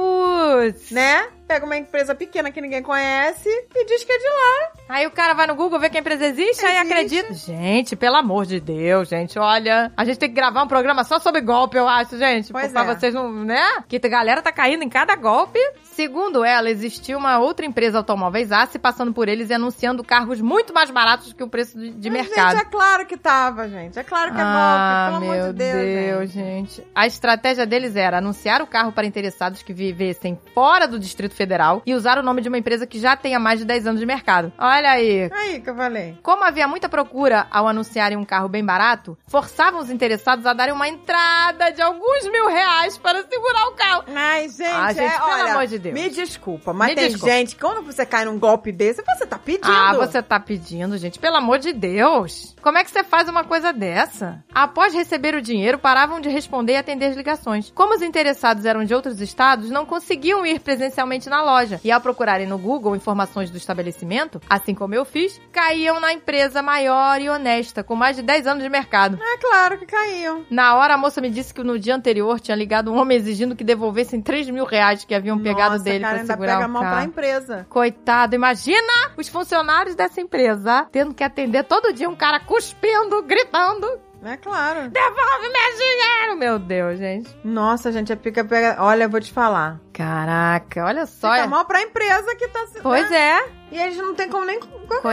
Putz. né? Pega uma empresa pequena que ninguém conhece e diz que é de lá. Aí o cara vai no Google, vê que a empresa existe, aí Existe. acredita. Gente, pelo amor de Deus, gente, olha. A gente tem que gravar um programa só sobre golpe, eu acho, gente. Pois pra é. vocês não. né? Que a galera tá caindo em cada golpe. Segundo ela, existia uma outra empresa automóveis A se passando por eles e anunciando carros muito mais baratos que o preço de, de Mas, mercado. Gente, é claro que tava, gente. É claro que é Ah, golpe, pelo meu amor de Deus. gente. gente. A estratégia deles era anunciar o carro para interessados que vivessem fora do Distrito Federal e usar o nome de uma empresa que já tenha mais de 10 anos de mercado. Olha aí. Aí que eu falei. Como havia muita procura ao anunciarem um carro bem barato, forçavam os interessados a darem uma entrada de alguns mil reais para segurar o carro. Ai, gente, Ah, gente, é, pelo olha, amor de Deus. Me desculpa, mas Me tem desculpa. gente que quando você cai num golpe desse, você tá pedindo. Ah, você tá pedindo, gente. Pelo amor de Deus. Como é que você faz uma coisa dessa? Após receber o dinheiro, paravam de responder e atender as ligações. Como os interessados eram de outros estados, não conseguiam ir presencialmente na loja. E ao procurarem no Google informações do estabelecimento, assim como eu fiz, caíam na empresa maior e honesta, com mais de 10 anos de mercado. É claro que caiu. Na hora, a moça me disse que no dia anterior tinha ligado um homem exigindo que devolvessem 3 mil reais que haviam pegado Nossa, dele cara, pra ainda segurar pega o mal pra carro. empresa. Coitado, imagina os funcionários dessa empresa tendo que atender todo dia um cara cuspindo, gritando. É claro. Devolve meu dinheiro! Meu Deus, gente. Nossa, gente, é pica pega. Olha, eu vou te falar. Caraca, olha só. é. Fica mal pra empresa que tá. se- Pois é, E eles não tem como nem.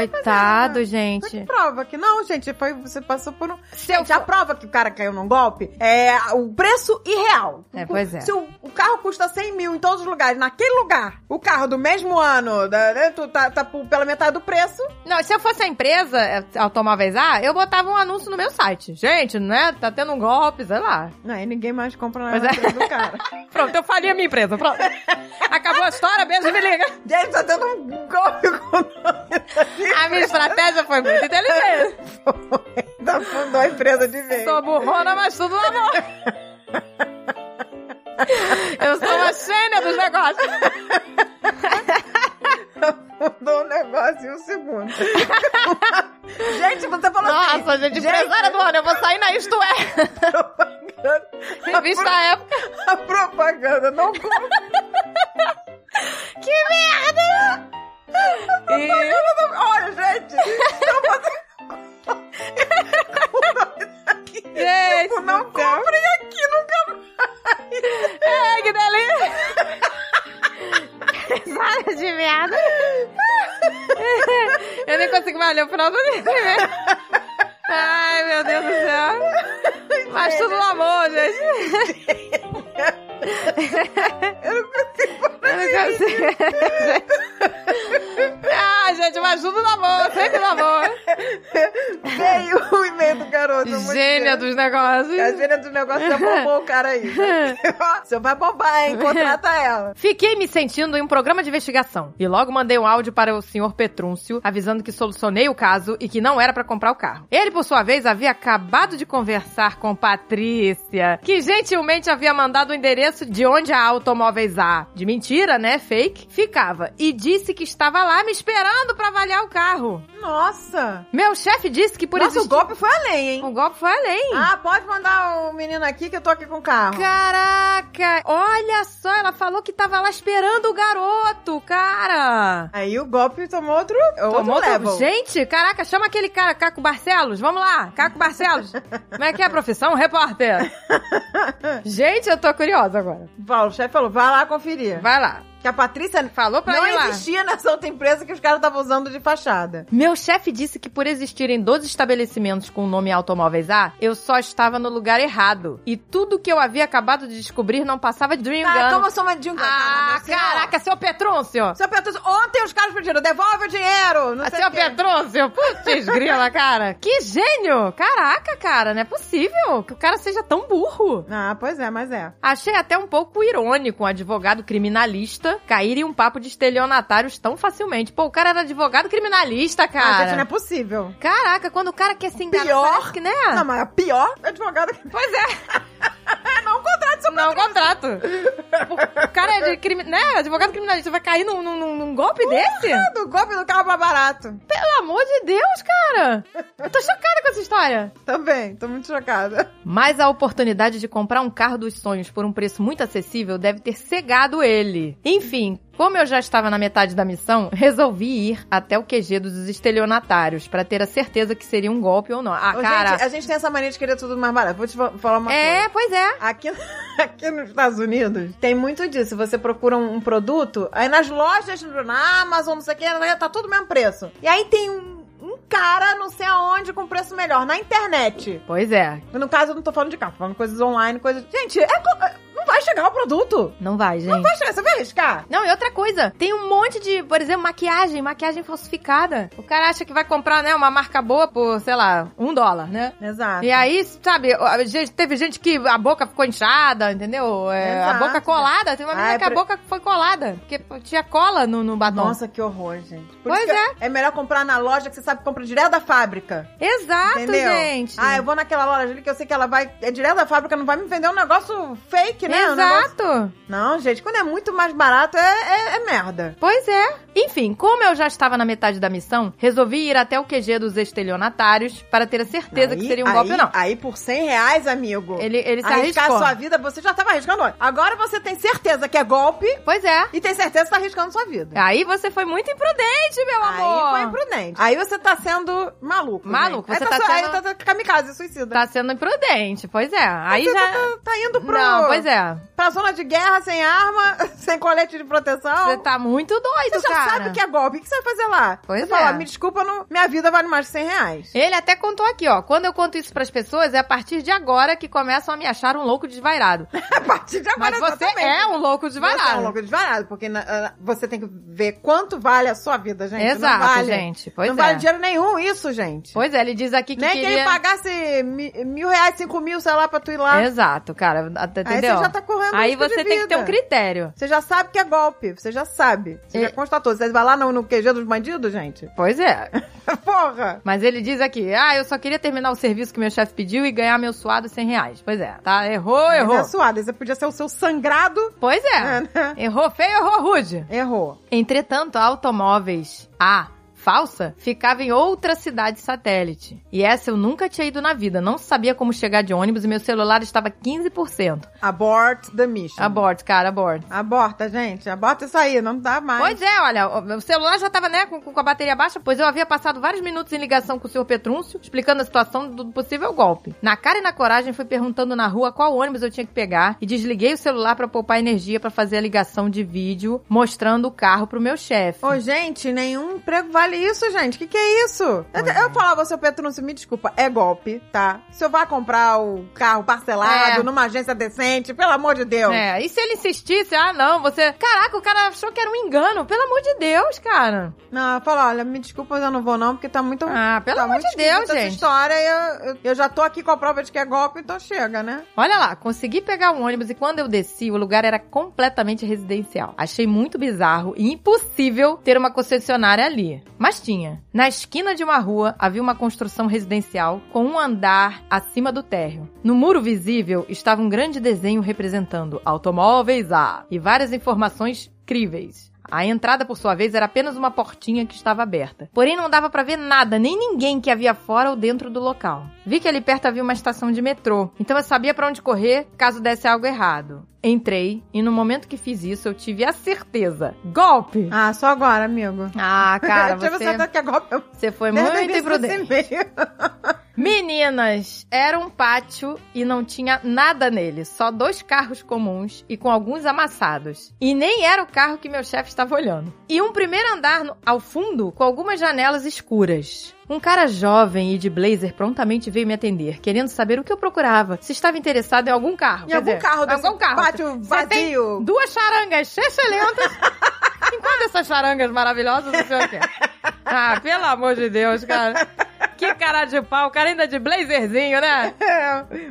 coitado, Como é que gente. prova que não, gente? Foi, você passou por um. Se eu Gente, a prova que o cara caiu num golpe é o preço irreal. É, pois é. Se o, o carro custa 100 mil em todos os lugares, naquele lugar, o carro do mesmo ano da- né, tu tá, tá por- pela metade do preço. Não, se eu fosse a empresa é, Automóveis A, eu botava um anúncio no meu site. Gente, né? Tá tendo um golpe, sei lá. Não, e ninguém mais compra Pois nada é. do (laughs) cara. Pronto, eu falia a minha empresa, (laughs) pronto. Acabou a história, beijo, me liga. Gente, tá tendo um golpe com (laughs) o nome A minha estratégia foi muito inteligente. da fundou a tá empresa de vez. Sou burrona, mas tudo na mão. Eu sou uma gênia dos negócios. Fundou um negócio em um segundo. (laughs) gente, você falou assim. Nossa, gente, empresária do ano, eu vou sair na Isto É. propaganda. Revista a, à época. pro- a propaganda não compra. Que merda! E... Olha, gente, estão fazendo. Gente, Tipo, não comprem aqui nunca mais. Ai, que delícia! Empresária de merda. Eu nem consigo mais ler o final do livro. Ai, meu Deus do céu. Mas tudo no amor, gente. Eu não consigo. gente. Ah, gente, mas tudo no amor, sempre no amor. Veio o e-mail do garoto. muito Gênia grande. dos A negócios. gênia do negócio já bombou o cara (laughs) aí. Você vai bombar, hein? Contrata ela. Fiquei me sentindo em um programa de investigação e logo mandei um áudio para o senhor Petrúncio avisando que solucionei o caso e que não era pra comprar o carro. Ele, por sua vez, havia acabado de conversar com Patrícia, que gentilmente havia mandado o endereço de onde a Automóveis A, de mentira, né, fake, ficava e disse que estava lá me esperando pra avaliar o carro. Nossa. Meu chefe disse que por Nossa, o existir... golpe foi além, hein? O golpe foi além. Ah, pode mandar o menino aqui que eu tô aqui com o carro. Caraca! Olha só, ela falou que tava lá esperando o garoto, cara! Aí o golpe tomou outro, Tomou outro outro- level. Gente, caraca, chama aquele cara, Caco Barcelos. Vamos lá, Caco Barcelos. Como é que é a profissão? Repórter. Gente, eu tô curiosa agora. Paulo, o chefe falou, vai lá conferir. Vai lá. Que a Patrícia Falou pra não ele lá. existia nessa outra empresa que os caras estavam usando de fachada. Meu chefe disse que por existirem 12 estabelecimentos com o nome Automóveis A, eu só estava no lugar errado. E tudo que eu havia acabado de descobrir não passava de um Ah, engano. como eu sou uma de um Ah, caraca, seu Petrúncio! Seu Petrus, ontem os caras pediram, devolve o dinheiro! Não sei Ah, Seu o quê. Petrôncio, é putz, grila, cara. Que gênio! Caraca, cara, não é possível que o cara seja tão burro. Ah, pois é, mas é. Achei até um pouco irônico um advogado criminalista cair em um papo de estelionatários tão facilmente. Pô, o cara era advogado criminalista, Ah, cara. gente, não é possível. Caraca, quando o cara quer se enganar, Pior- parece que, né? Não, mas a pior advogada que tá Pois é. (laughs) não contrata seu Não assinar um contrato. O cara é de crime, né? Advogado criminalista vai cair num, num- num golpe desse? Do golpe do carro pra barato. (laughs) Pelo amor de Deus, cara! Eu tô chocada com essa história. Também, tô muito chocada. Mas a oportunidade de comprar um carro dos sonhos por um preço muito acessível deve ter cegado ele. Enfim, como eu já estava na metade da missão, (laughs) resolvi ir até o QG dos estelionatários pra ter a certeza que seria um golpe ou não. Ah, Ô, cara. gente, a gente tem essa mania de querer tudo mais barato. Vou te fa- falar uma coisa. é, pois é. Aqui, (laughs) aqui nos Estados Unidos tem muito disso. Você procura um, um produto, aí nas lojas, na Amazon, não sei o que, tá tudo o mesmo preço. E aí tem um, um cara, não sei aonde, com preço melhor, na internet. Pois é. No caso, eu não tô falando de carro, tô falando coisas online, coisas. Gente, é co- é- não vai chegar o produto. Não vai, gente. Não vai chegar, você vai arriscar? Não, e outra coisa, tem um monte de, por exemplo, maquiagem, maquiagem falsificada. O cara acha que vai comprar, né, uma marca boa por, sei lá, um dólar, né? Exato. E aí, sabe, a gente- teve gente que a boca ficou inchada, entendeu? É, a Exato. boca colada. Teve uma menina Ai, que a pre- boca foi colada, porque tinha cola no, no batom. Nossa, que horror, gente. Por Pois isso que é. melhor comprar na loja que você sabe que compra direto da fábrica. Exato, entendeu? gente. Ah, eu vou naquela loja ali que eu sei que ela vai. É direto da fábrica, não vai me vender um negócio fake, né? Um negócio- Exato. Não, gente, quando é muito mais barato, é, é- é merda. Pois é. Enfim, como eu já estava na metade da missão, resolvi ir até o QG dos estelionatários para ter a certeza que Aí- seria um golpe aí- ou não. Aí por 100 reais, amigo. Ele, ele se arriscar arriscou. a sua vida, você já tava arriscando. Agora você tem certeza que é golpe Pois é. e tem certeza que tá arriscando sua vida. Aí você foi muito imprudente, Ah, meu amor. Aí foi imprudente. Aí você tá sendo maluco. Maluco, gente. você aí tá só- sendo- Aí tá, tá kamikaze, suicida. Tá sendo imprudente, pois é. Aí você já. tá, tá indo pro, Não, pois é. pra zona de guerra, sem arma, (laughs) sem colete de proteção. Você tá muito doido, Você já cara. sabe que é golpe. O que você vai fazer lá? Pois você é. fala, me desculpa, não- minha vida vale mais de 100 reais. (laughs) Ele até contou aqui, ó. Quando eu conto isso pras pessoas, é a partir de agora que começam a me achar um louco desvairado. A partir de agora, Mas você (laughs) exatamente. é um louco Você é um desvairado. louco desvarado, porque na- na- você tem que ver quanto vale a sua vida, gente. Exato, não vale. gente. Pois não é. vale dinheiro nenhum isso, gente. Pois é, ele diz aqui que Nem que ele queria... pagasse mi- mil reais, cinco mil, sei lá, pra tu ir lá. Exato, cara. até- Aí Entendeu? você já tá correndo Aí risco de você tem que ter um vida. critério. Você já sabe que é golpe, você já sabe. Você E- já constatou. Você vai lá no, no QG dos bandidos, gente? (laughs) Pois é. Porra! Mas ele diz aqui, ah, eu só queria terminar o serviço que meu chefe pediu e ganhar meu suado 100 reais. Pois é, tá? Errou, errou. É suado. Esse podia ser o seu sangrado. Pois É, é. né? Errou feio, errou rude. Errou. Entretanto, a automóveis A falsa ficava em outra cidade satélite. E essa eu nunca tinha ido na vida. Não sabia como chegar de ônibus e meu celular estava 15%. Abort the mission. Aborto, cara, aborto. Aborta, gente. Aborta isso aí. Não dá mais. Pois é, olha, o meu celular já estava né, com, com a bateria baixa, pois eu havia passado vários minutos em ligação com o senhor Petrúncio, explicando a situação do possível golpe. Na cara e na coragem, fui perguntando na rua qual ônibus eu tinha que pegar e desliguei o celular para poupar energia para fazer a ligação de vídeo mostrando o carro pro meu chefe. Ô, gente, nenhum emprego vale isso, gente. Que que é isso? Eu, eu falava, seu Petrúncio, me desculpa, é golpe, tá? Se eu vai comprar o carro parcelado É. numa agência decente, pelo amor de Deus. É, e se ele insistisse, ah, não, você. Caraca, o cara achou que era um engano. Pelo amor de Deus, cara. Não, eu falo, olha, me desculpa, mas eu não vou não, porque tá muito... Ah, pelo tá amor muito de Deus, esquisita essa gente. história, eu, eu, eu já tô aqui com a prova de que é golpe, então chega, né? Olha lá, consegui pegar um ônibus e quando eu desci, o lugar era completamente residencial. Achei muito bizarro e impossível ter uma concessionária ali. Mas tinha. Na esquina de uma rua havia uma construção residencial com um andar acima do térreo. No muro visível estava um grande desenho representando automóveis A e várias informações críveis. A entrada, por sua vez, era apenas uma portinha que estava aberta. Porém, não dava pra ver nada, nem ninguém que havia fora ou dentro do local. Vi que ali perto havia uma estação de metrô, então eu sabia pra onde correr caso desse algo errado. Entrei e no momento que fiz isso, eu tive a certeza. Golpe! Ah, só agora, amigo. Ah, (laughs) cara, (laughs) eu tive você, certeza que é golpe. Eu- você foi Desde o muito início imprudente. desse e-mail. Meninas, era um pátio e não tinha nada nele, só dois carros comuns e com alguns amassados. E nem era o carro que meu chefe estava olhando. E um primeiro andar no- ao fundo com algumas janelas escuras. Um cara jovem e de blazer prontamente veio me atender, querendo saber o que eu procurava, se estava interessado em algum carro. Em Quer algum dizer, carro desse algum carro. pátio Você tem vazio. (laughs) Duas charangas excelentes. Enquanto essas charangas maravilhosas, não sei o quê. Ah, pelo amor de Deus, cara. que cara de pau, o cara ainda é de blazerzinho, né?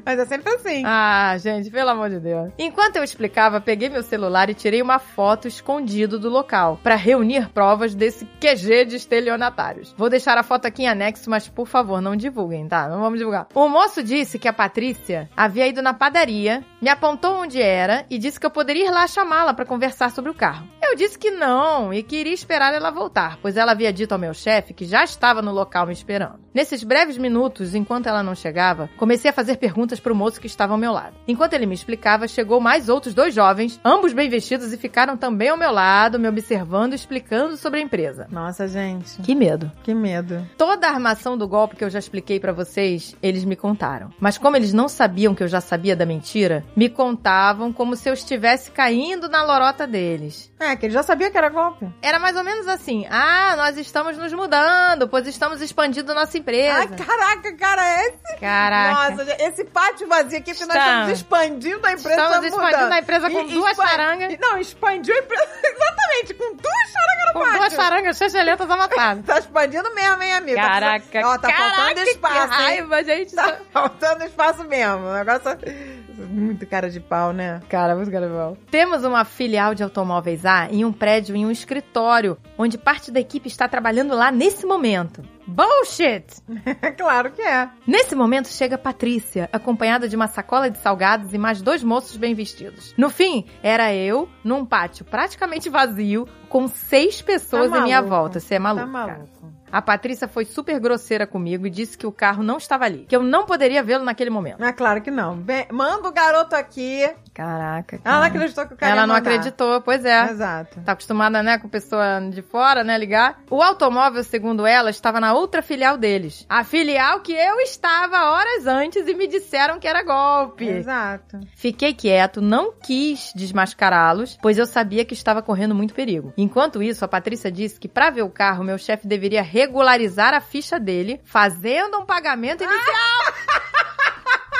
Mas é sempre assim. Ah, gente, pelo amor de Deus. Enquanto eu explicava, peguei meu celular e tirei uma foto escondido do local pra reunir provas desse QG de estelionatários. Vou deixar a foto aqui em anexo, mas por favor, não divulguem, tá? Não vamos divulgar. O moço disse que a Patrícia havia ido na padaria, me apontou onde era e disse que eu poderia ir lá chamá-la pra conversar sobre o carro. Eu disse que não e que iria esperar ela voltar, pois ela havia dito ao meu chefe que já estava no local me esperando. Nesses breves minutos, enquanto ela não chegava, comecei a fazer perguntas pro moço que estava ao meu lado. Enquanto ele me explicava, chegou mais outros dois jovens, ambos bem vestidos e ficaram também ao meu lado, me observando e explicando sobre a empresa. Nossa, gente. Que medo. Que medo. Toda a armação do golpe que eu já expliquei pra vocês, eles me contaram. Mas como eles não sabiam que eu já sabia da mentira, me contavam como se eu estivesse caindo na lorota deles. É, que ele já sabia que era golpe. Era mais ou menos assim: "Ah, nós estamos nos mudando, pois estamos expandindo nossa empresa". Ai, caraca, cara, é esse. Caraca. Nossa, gente, esse pátio vazio aqui que nós estamos Estamos. expandindo a empresa. Estamos mudando. expandindo a empresa com E- duas expan- charangas. Não, expandiu a empresa. (laughs) Exatamente, com duas charangas no Com pátio. duas charangas chechelhentas (laughs) amatadas. Tá expandindo mesmo, hein, amigo? Caraca, Ó, tá faltando caraca, espaço, que assim. hein? raiva, gente. Tá faltando espaço mesmo. O negócio é muito cara de pau, né? (laughs) Cara, muito carnaval. Temos uma filial de automóveis A em um prédio, em um escritório, onde parte da equipe está trabalhando lá nesse momento. Bullshit! É claro que é. Nesse momento chega Patrícia, acompanhada de uma sacola de salgados e mais dois moços bem vestidos. No fim, era eu, num pátio praticamente vazio, com seis pessoas Tá à minha maluco. volta. Você é maluco, tá cara. maluco. A Patrícia foi super grosseira comigo e disse que o carro não estava ali, que eu não poderia vê-lo naquele momento. É claro que não. Bem, manda o garoto aqui. Caraca. Ela cara. não acreditou que o cara Ah, Hum. Ela ia não mandar. acreditou, pois é. Exato. Tá acostumada, né, com pessoa de fora, né, ligar. O automóvel, segundo ela, estava na outra filial deles. A filial que eu estava horas antes e me disseram que era golpe. Exato. Fiquei quieto, não quis desmascará-los, pois eu sabia que estava correndo muito perigo. Enquanto isso, a Patrícia disse que para ver o carro, meu chefe deveria regularizar a ficha dele, fazendo um pagamento inicial. (laughs)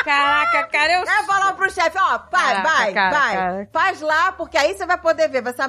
Caraca, cara, eu É falar pro chefe, ó, vai, Caraca, vai, cara, vai. cara. Faz lá, porque aí você vai poder ver, vai ser uma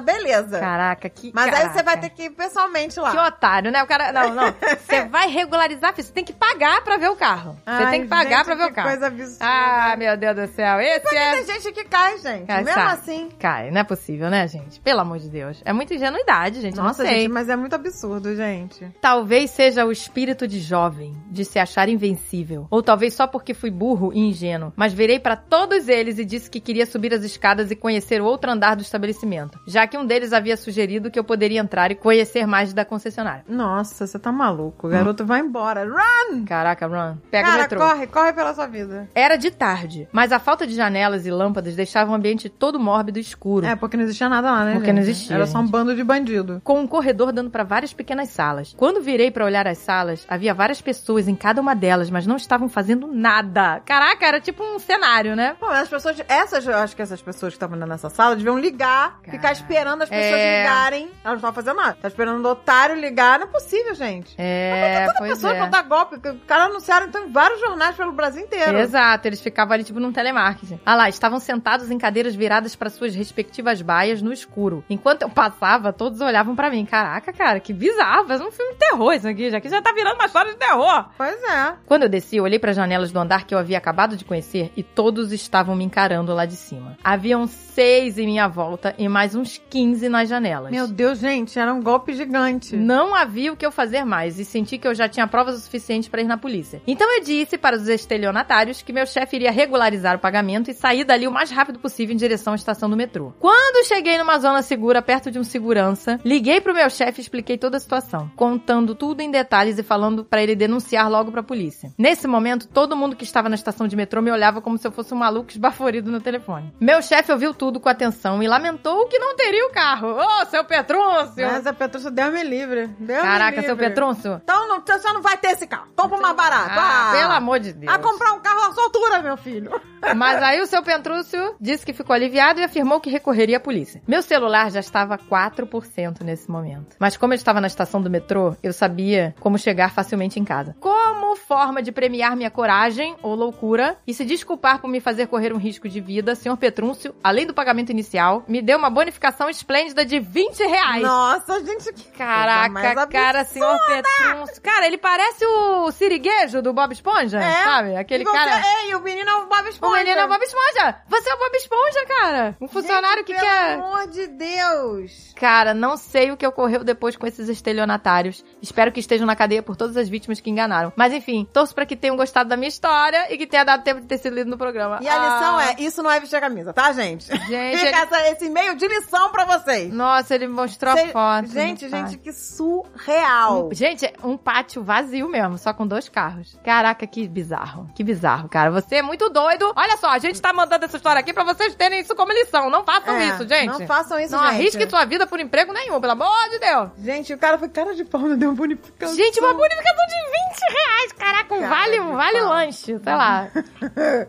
(laughs) beleza. Caraca, que Mas aí você vai caraca. ter que ir pessoalmente lá. Que otário, né? O cara. Não, não. (laughs) Você vai regularizar a ficha. Você tem que pagar pra ver o carro. Você Ai, tem que pagar gente, pra ver que o carro. coisa absurda. Ah, meu Deus do céu. Esse é. Tem gente que cai, gente. Cai, mesmo sabe? assim. Cara, não é possível, né, gente? Pelo amor de Deus. É muita ingenuidade, gente. Nossa, não sei. gente, mas é muito absurdo, gente. Talvez seja o espírito de jovem, de se achar invencível. Ou talvez só porque fui burro e ingênuo. Mas virei pra todos eles e disse que queria subir as escadas e conhecer o outro andar do estabelecimento. Já que um deles havia sugerido que eu poderia entrar e conhecer mais da concessionária. Nossa, você tá maluco. O garoto vai embora. Run! Caraca, Ron. Hum. Pega o Cara, metrô. corre, corre pela sua vida. Era de tarde, mas a falta de janelas e lâmpadas deixava o ambiente todo mórbido e escuro. É, porque não existia nada lá, né? Porque gente? não existia, Era só um gente. bando de bandido. Com um corredor dando pra várias pequenas salas. Quando virei pra olhar as salas, havia várias pessoas em cada uma delas, mas não estavam fazendo nada. Caraca, era tipo um cenário, né? Pô, mas as pessoas. Essas, eu acho que essas pessoas que estavam nessa sala deviam ligar, Cara. ficar esperando as pessoas É. ligarem. Elas não estavam fazendo nada. Tá esperando o otário ligar. Não é possível, gente. É, pois Pessoas é. vão dar golpe. porque Os caras anunciaram então, em vários jornais pelo Brasil inteiro. Exato, eles ficavam ali tipo num telemarketing. Ah lá, estavam sentados em cadeiras viradas pra suas respectivas baias no escuro. Enquanto eu passava, todos olhavam pra mim. Caraca, cara, que bizarro, mas é um filme de terror isso aqui, já que já tá virando uma história de terror. Pois é. Quando eu desci, eu olhei para as janelas do andar que eu havia acabado de conhecer e todos estavam me encarando lá de cima. Haviam seis em minha volta e mais uns 15 nas janelas. Meu Deus, gente, era um golpe gigante. Não havia o que eu fazer mais e senti que eu já tinha provas o suficiente para ir na polícia. Então eu disse para os estelionatários que meu chefe iria regularizar o pagamento e sair dali o mais rápido possível em direção à estação do metrô. Quando cheguei numa zona segura perto de um segurança, liguei pro meu chefe e expliquei toda a situação, contando tudo em detalhes e falando para ele denunciar logo para a polícia. Nesse momento, todo mundo que estava na estação de metrô me olhava como se eu fosse um maluco esbaforido no telefone. Meu chefe ouviu tudo com atenção e lamentou que não teria o carro. Ô, seu Petrôncio! Mas a Petrúcio, Deus me livre. Deus Caraca, me livre. seu Petrôncio. Então não, você não vai ter esse carro. Compra uma barata. Ah, pelo amor de Deus. A comprar um carro à soltura, meu filho. Mas aí o seu Petrúcio disse que ficou aliviado e afirmou que recorreria à polícia. Meu celular já estava 4% nesse momento. Mas como eu estava na estação do metrô, eu sabia como chegar facilmente em casa. Como como forma de premiar minha coragem ou loucura e se desculpar por me fazer correr um risco de vida, senhor Petrúncio, além do pagamento inicial, me deu uma bonificação esplêndida de 20 reais. Nossa, gente, que coisa Caraca, mais cara, assim, absurda. senhor Petrúncio. um Cara, ele parece o Siriguejo do Bob Esponja, É. sabe? Aquele E você- cara. Ei, o menino é o Bob O Esponja. menino é o Bob Esponja! Você é o Bob Esponja, cara! Um funcionário que Gente, quer. Pelo amor de Deus. Cara, não sei o que ocorreu depois com esses estelionatários. Espero que estejam na cadeia por todas as vítimas que enganaram. Mas enfim, torço pra que tenham gostado da minha história e que tenha dado tempo de ter sido lido no programa. E a lição Ah, É, é, isso não é vestir a camisa, tá, gente? Gente, (laughs) Fica ele- essa- esse e-mail de lição pra vocês. Nossa, ele mostrou a Cê- foto. né? Gente, rapaz. gente, que surreal. Um- Gente, um pátio vazio mesmo, só com dois carros. Caraca, que bizarro. Que bizarro, cara. Você é muito doido. Olha só, a gente tá mandando essa história aqui pra vocês terem isso como lição. Não façam É, isso, gente. Não façam isso, Não gente. arrisque sua vida por emprego nenhum, pelo amor de Deus. Gente, o cara foi cara de pau, (laughs) não deu um bonificante. Gente, uma bonificação de 20 reais. Caraca, um Cara, vale, um de vale pau. lanche, sei (laughs) lá.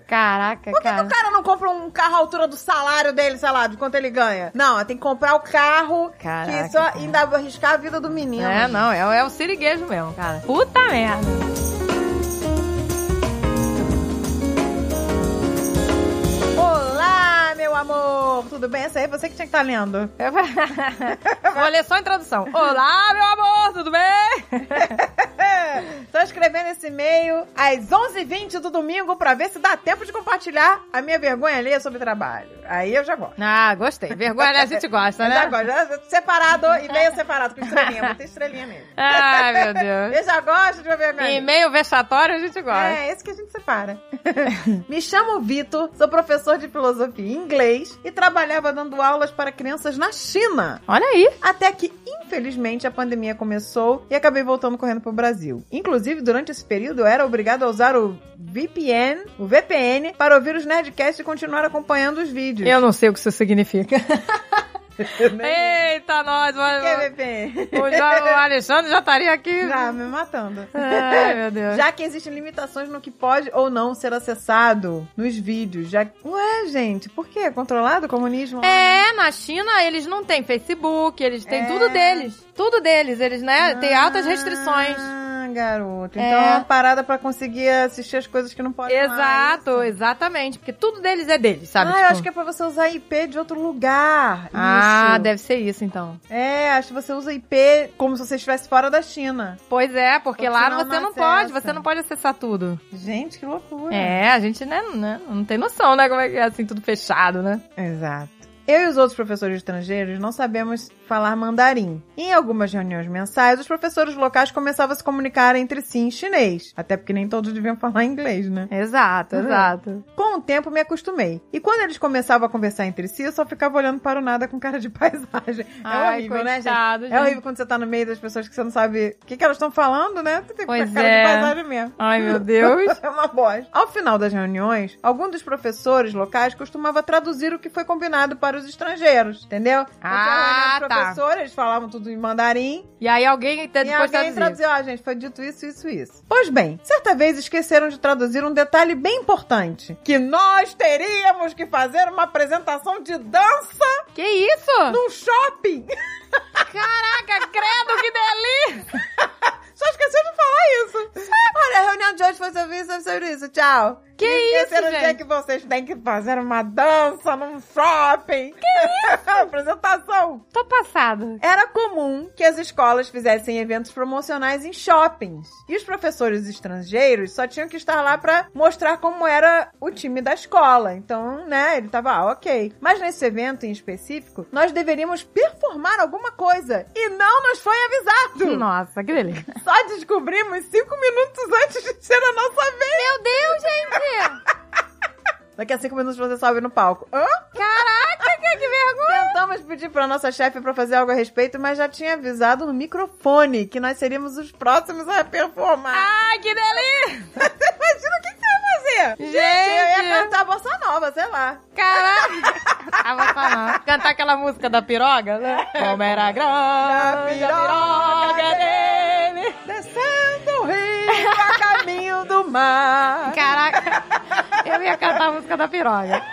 Caraca, cara. O cara não compra um carro à altura do salário dele, sei lá, de quanto ele ganha. Não, tem que comprar o carro Caraca, que só cara. ainda vai arriscar a vida do menino. É, não, é, é o siriguejo mesmo, cara. Puta merda. (laughs) Olá, meu amor! Tudo bem? Essa aí é você que tinha que estar lendo. Eu vou- Vou ler só a introdução. Olá, meu amor, tudo bem? Tô escrevendo esse e-mail às 11h20 do domingo pra ver se dá tempo de compartilhar a minha vergonha alheia sobre trabalho. Aí eu já gosto. Ah, gostei. Vergonha a gente gosta, Eu Já né? gosto. Já- Separado, e-mail separado, com estrelinha, muita estrelinha mesmo. Ai, meu Deus. Eu já gosto de uma vergonha alheia. E-mail vexatório a gente gosta. É, esse que a gente separa. (laughs) Me chamo Vitor, sou professor de filosofia em inglês e trabalhava dando aulas para crianças na China. Olha aí. Até que, infelizmente, a pandemia começou e acabei voltando correndo pro Brasil. Inclusive, durante esse período, eu era obrigado a usar o VPN, o VPN, para ouvir os Nerdcasts e continuar acompanhando os vídeos. Né? Eu não sei o que isso significa. (laughs) Eita, nós. Que é Vai, (laughs) VPN? o, já- o Alexandre já estaria aqui. Já Tá me matando. Ai, meu Deus. Já que existem limitações no que pode ou não ser acessado nos vídeos. Já... Ué, gente, por quê? Controlado o comunismo? É, na China eles não têm Facebook, eles têm É. tudo deles. Tudo deles, eles, né? Tem altas Ah, restrições. garoto. É. Então é uma parada pra conseguir assistir as coisas que não pode mais. Exato, exatamente. Porque tudo deles é deles, sabe? ah, Tipo, eu acho que é pra você usar IP de outro lugar. Ah, Isso. deve ser isso então. É, acho que você usa IP como se você estivesse fora da China. Pois é, porque Porque lá senão você não não pode, acessa. você não pode acessar tudo. Gente, que loucura. É, a gente né, né, não tem noção, né? Como é que é assim, tudo fechado, né? Exato. Eu e os outros professores estrangeiros não sabemos falar mandarim. Em algumas reuniões mensais, os professores locais começavam a se comunicar entre si em chinês. Até porque nem todos deviam falar (laughs) inglês, né? Exato, Uhum. exato. Com o tempo, me acostumei. E quando eles começavam a conversar entre si, eu só ficava olhando para o nada com cara de paisagem. é Ai, horrível, né, gente? coitado, É horrível quando você tá no meio das pessoas que você não sabe o que, que elas estão falando, né? Você tem que ficar Pois com cara é. de paisagem mesmo. Ai, meu Deus. (laughs) É uma bosta. Ao final das reuniões, algum dos professores locais costumava traduzir o que foi combinado para os estrangeiros, entendeu? Então, tinha Ah, reunião tá. dos professores, eles falavam tudo em mandarim, E aí alguém e depois tá alguém traduzir. traduziu, ó, gente, foi dito isso, isso, isso. Pois bem, certa vez esqueceram de traduzir um detalhe bem importante: que nós teríamos que fazer uma apresentação de dança Que isso? num shopping. Caraca, credo, que delícia! Só esqueceu de falar isso. Olha, a reunião de hoje foi sobre isso, sobre isso. Tchau. Que Esqueceram isso, de gente? que vocês têm que fazer uma dança num shopping. Que isso? (laughs) apresentação. Tô passada. Era comum que as escolas fizessem eventos promocionais em shoppings. E os professores estrangeiros só tinham que estar lá pra mostrar como era o time da escola. Então, né, ele tava, ah, ok. Mas nesse evento em específico, nós deveríamos performar alguma coisa. E não nos foi avisado. Nossa, que delícia. Só descobrimos cinco minutos antes de ser a nossa vez. Meu Deus, gente! Daqui a cinco minutos você sobe no palco. Hã? Caraca, que, que vergonha! Tentamos pedir pra nossa chefe pra fazer algo a respeito, mas já tinha avisado no microfone que nós seríamos os próximos a performar. Ai, que delícia! (laughs) Imagina o que, que você vai fazer? Gente! eu ia cantar bossa nova, sei lá. (laughs) Caraca! Ah, vou falar. Cantar aquela música da piroga, né? Como era grande a piroga dele! Descendo o rio, (laughs) a caminho do mar. Caraca! (laughs) Eu ia cantar a música da piroga.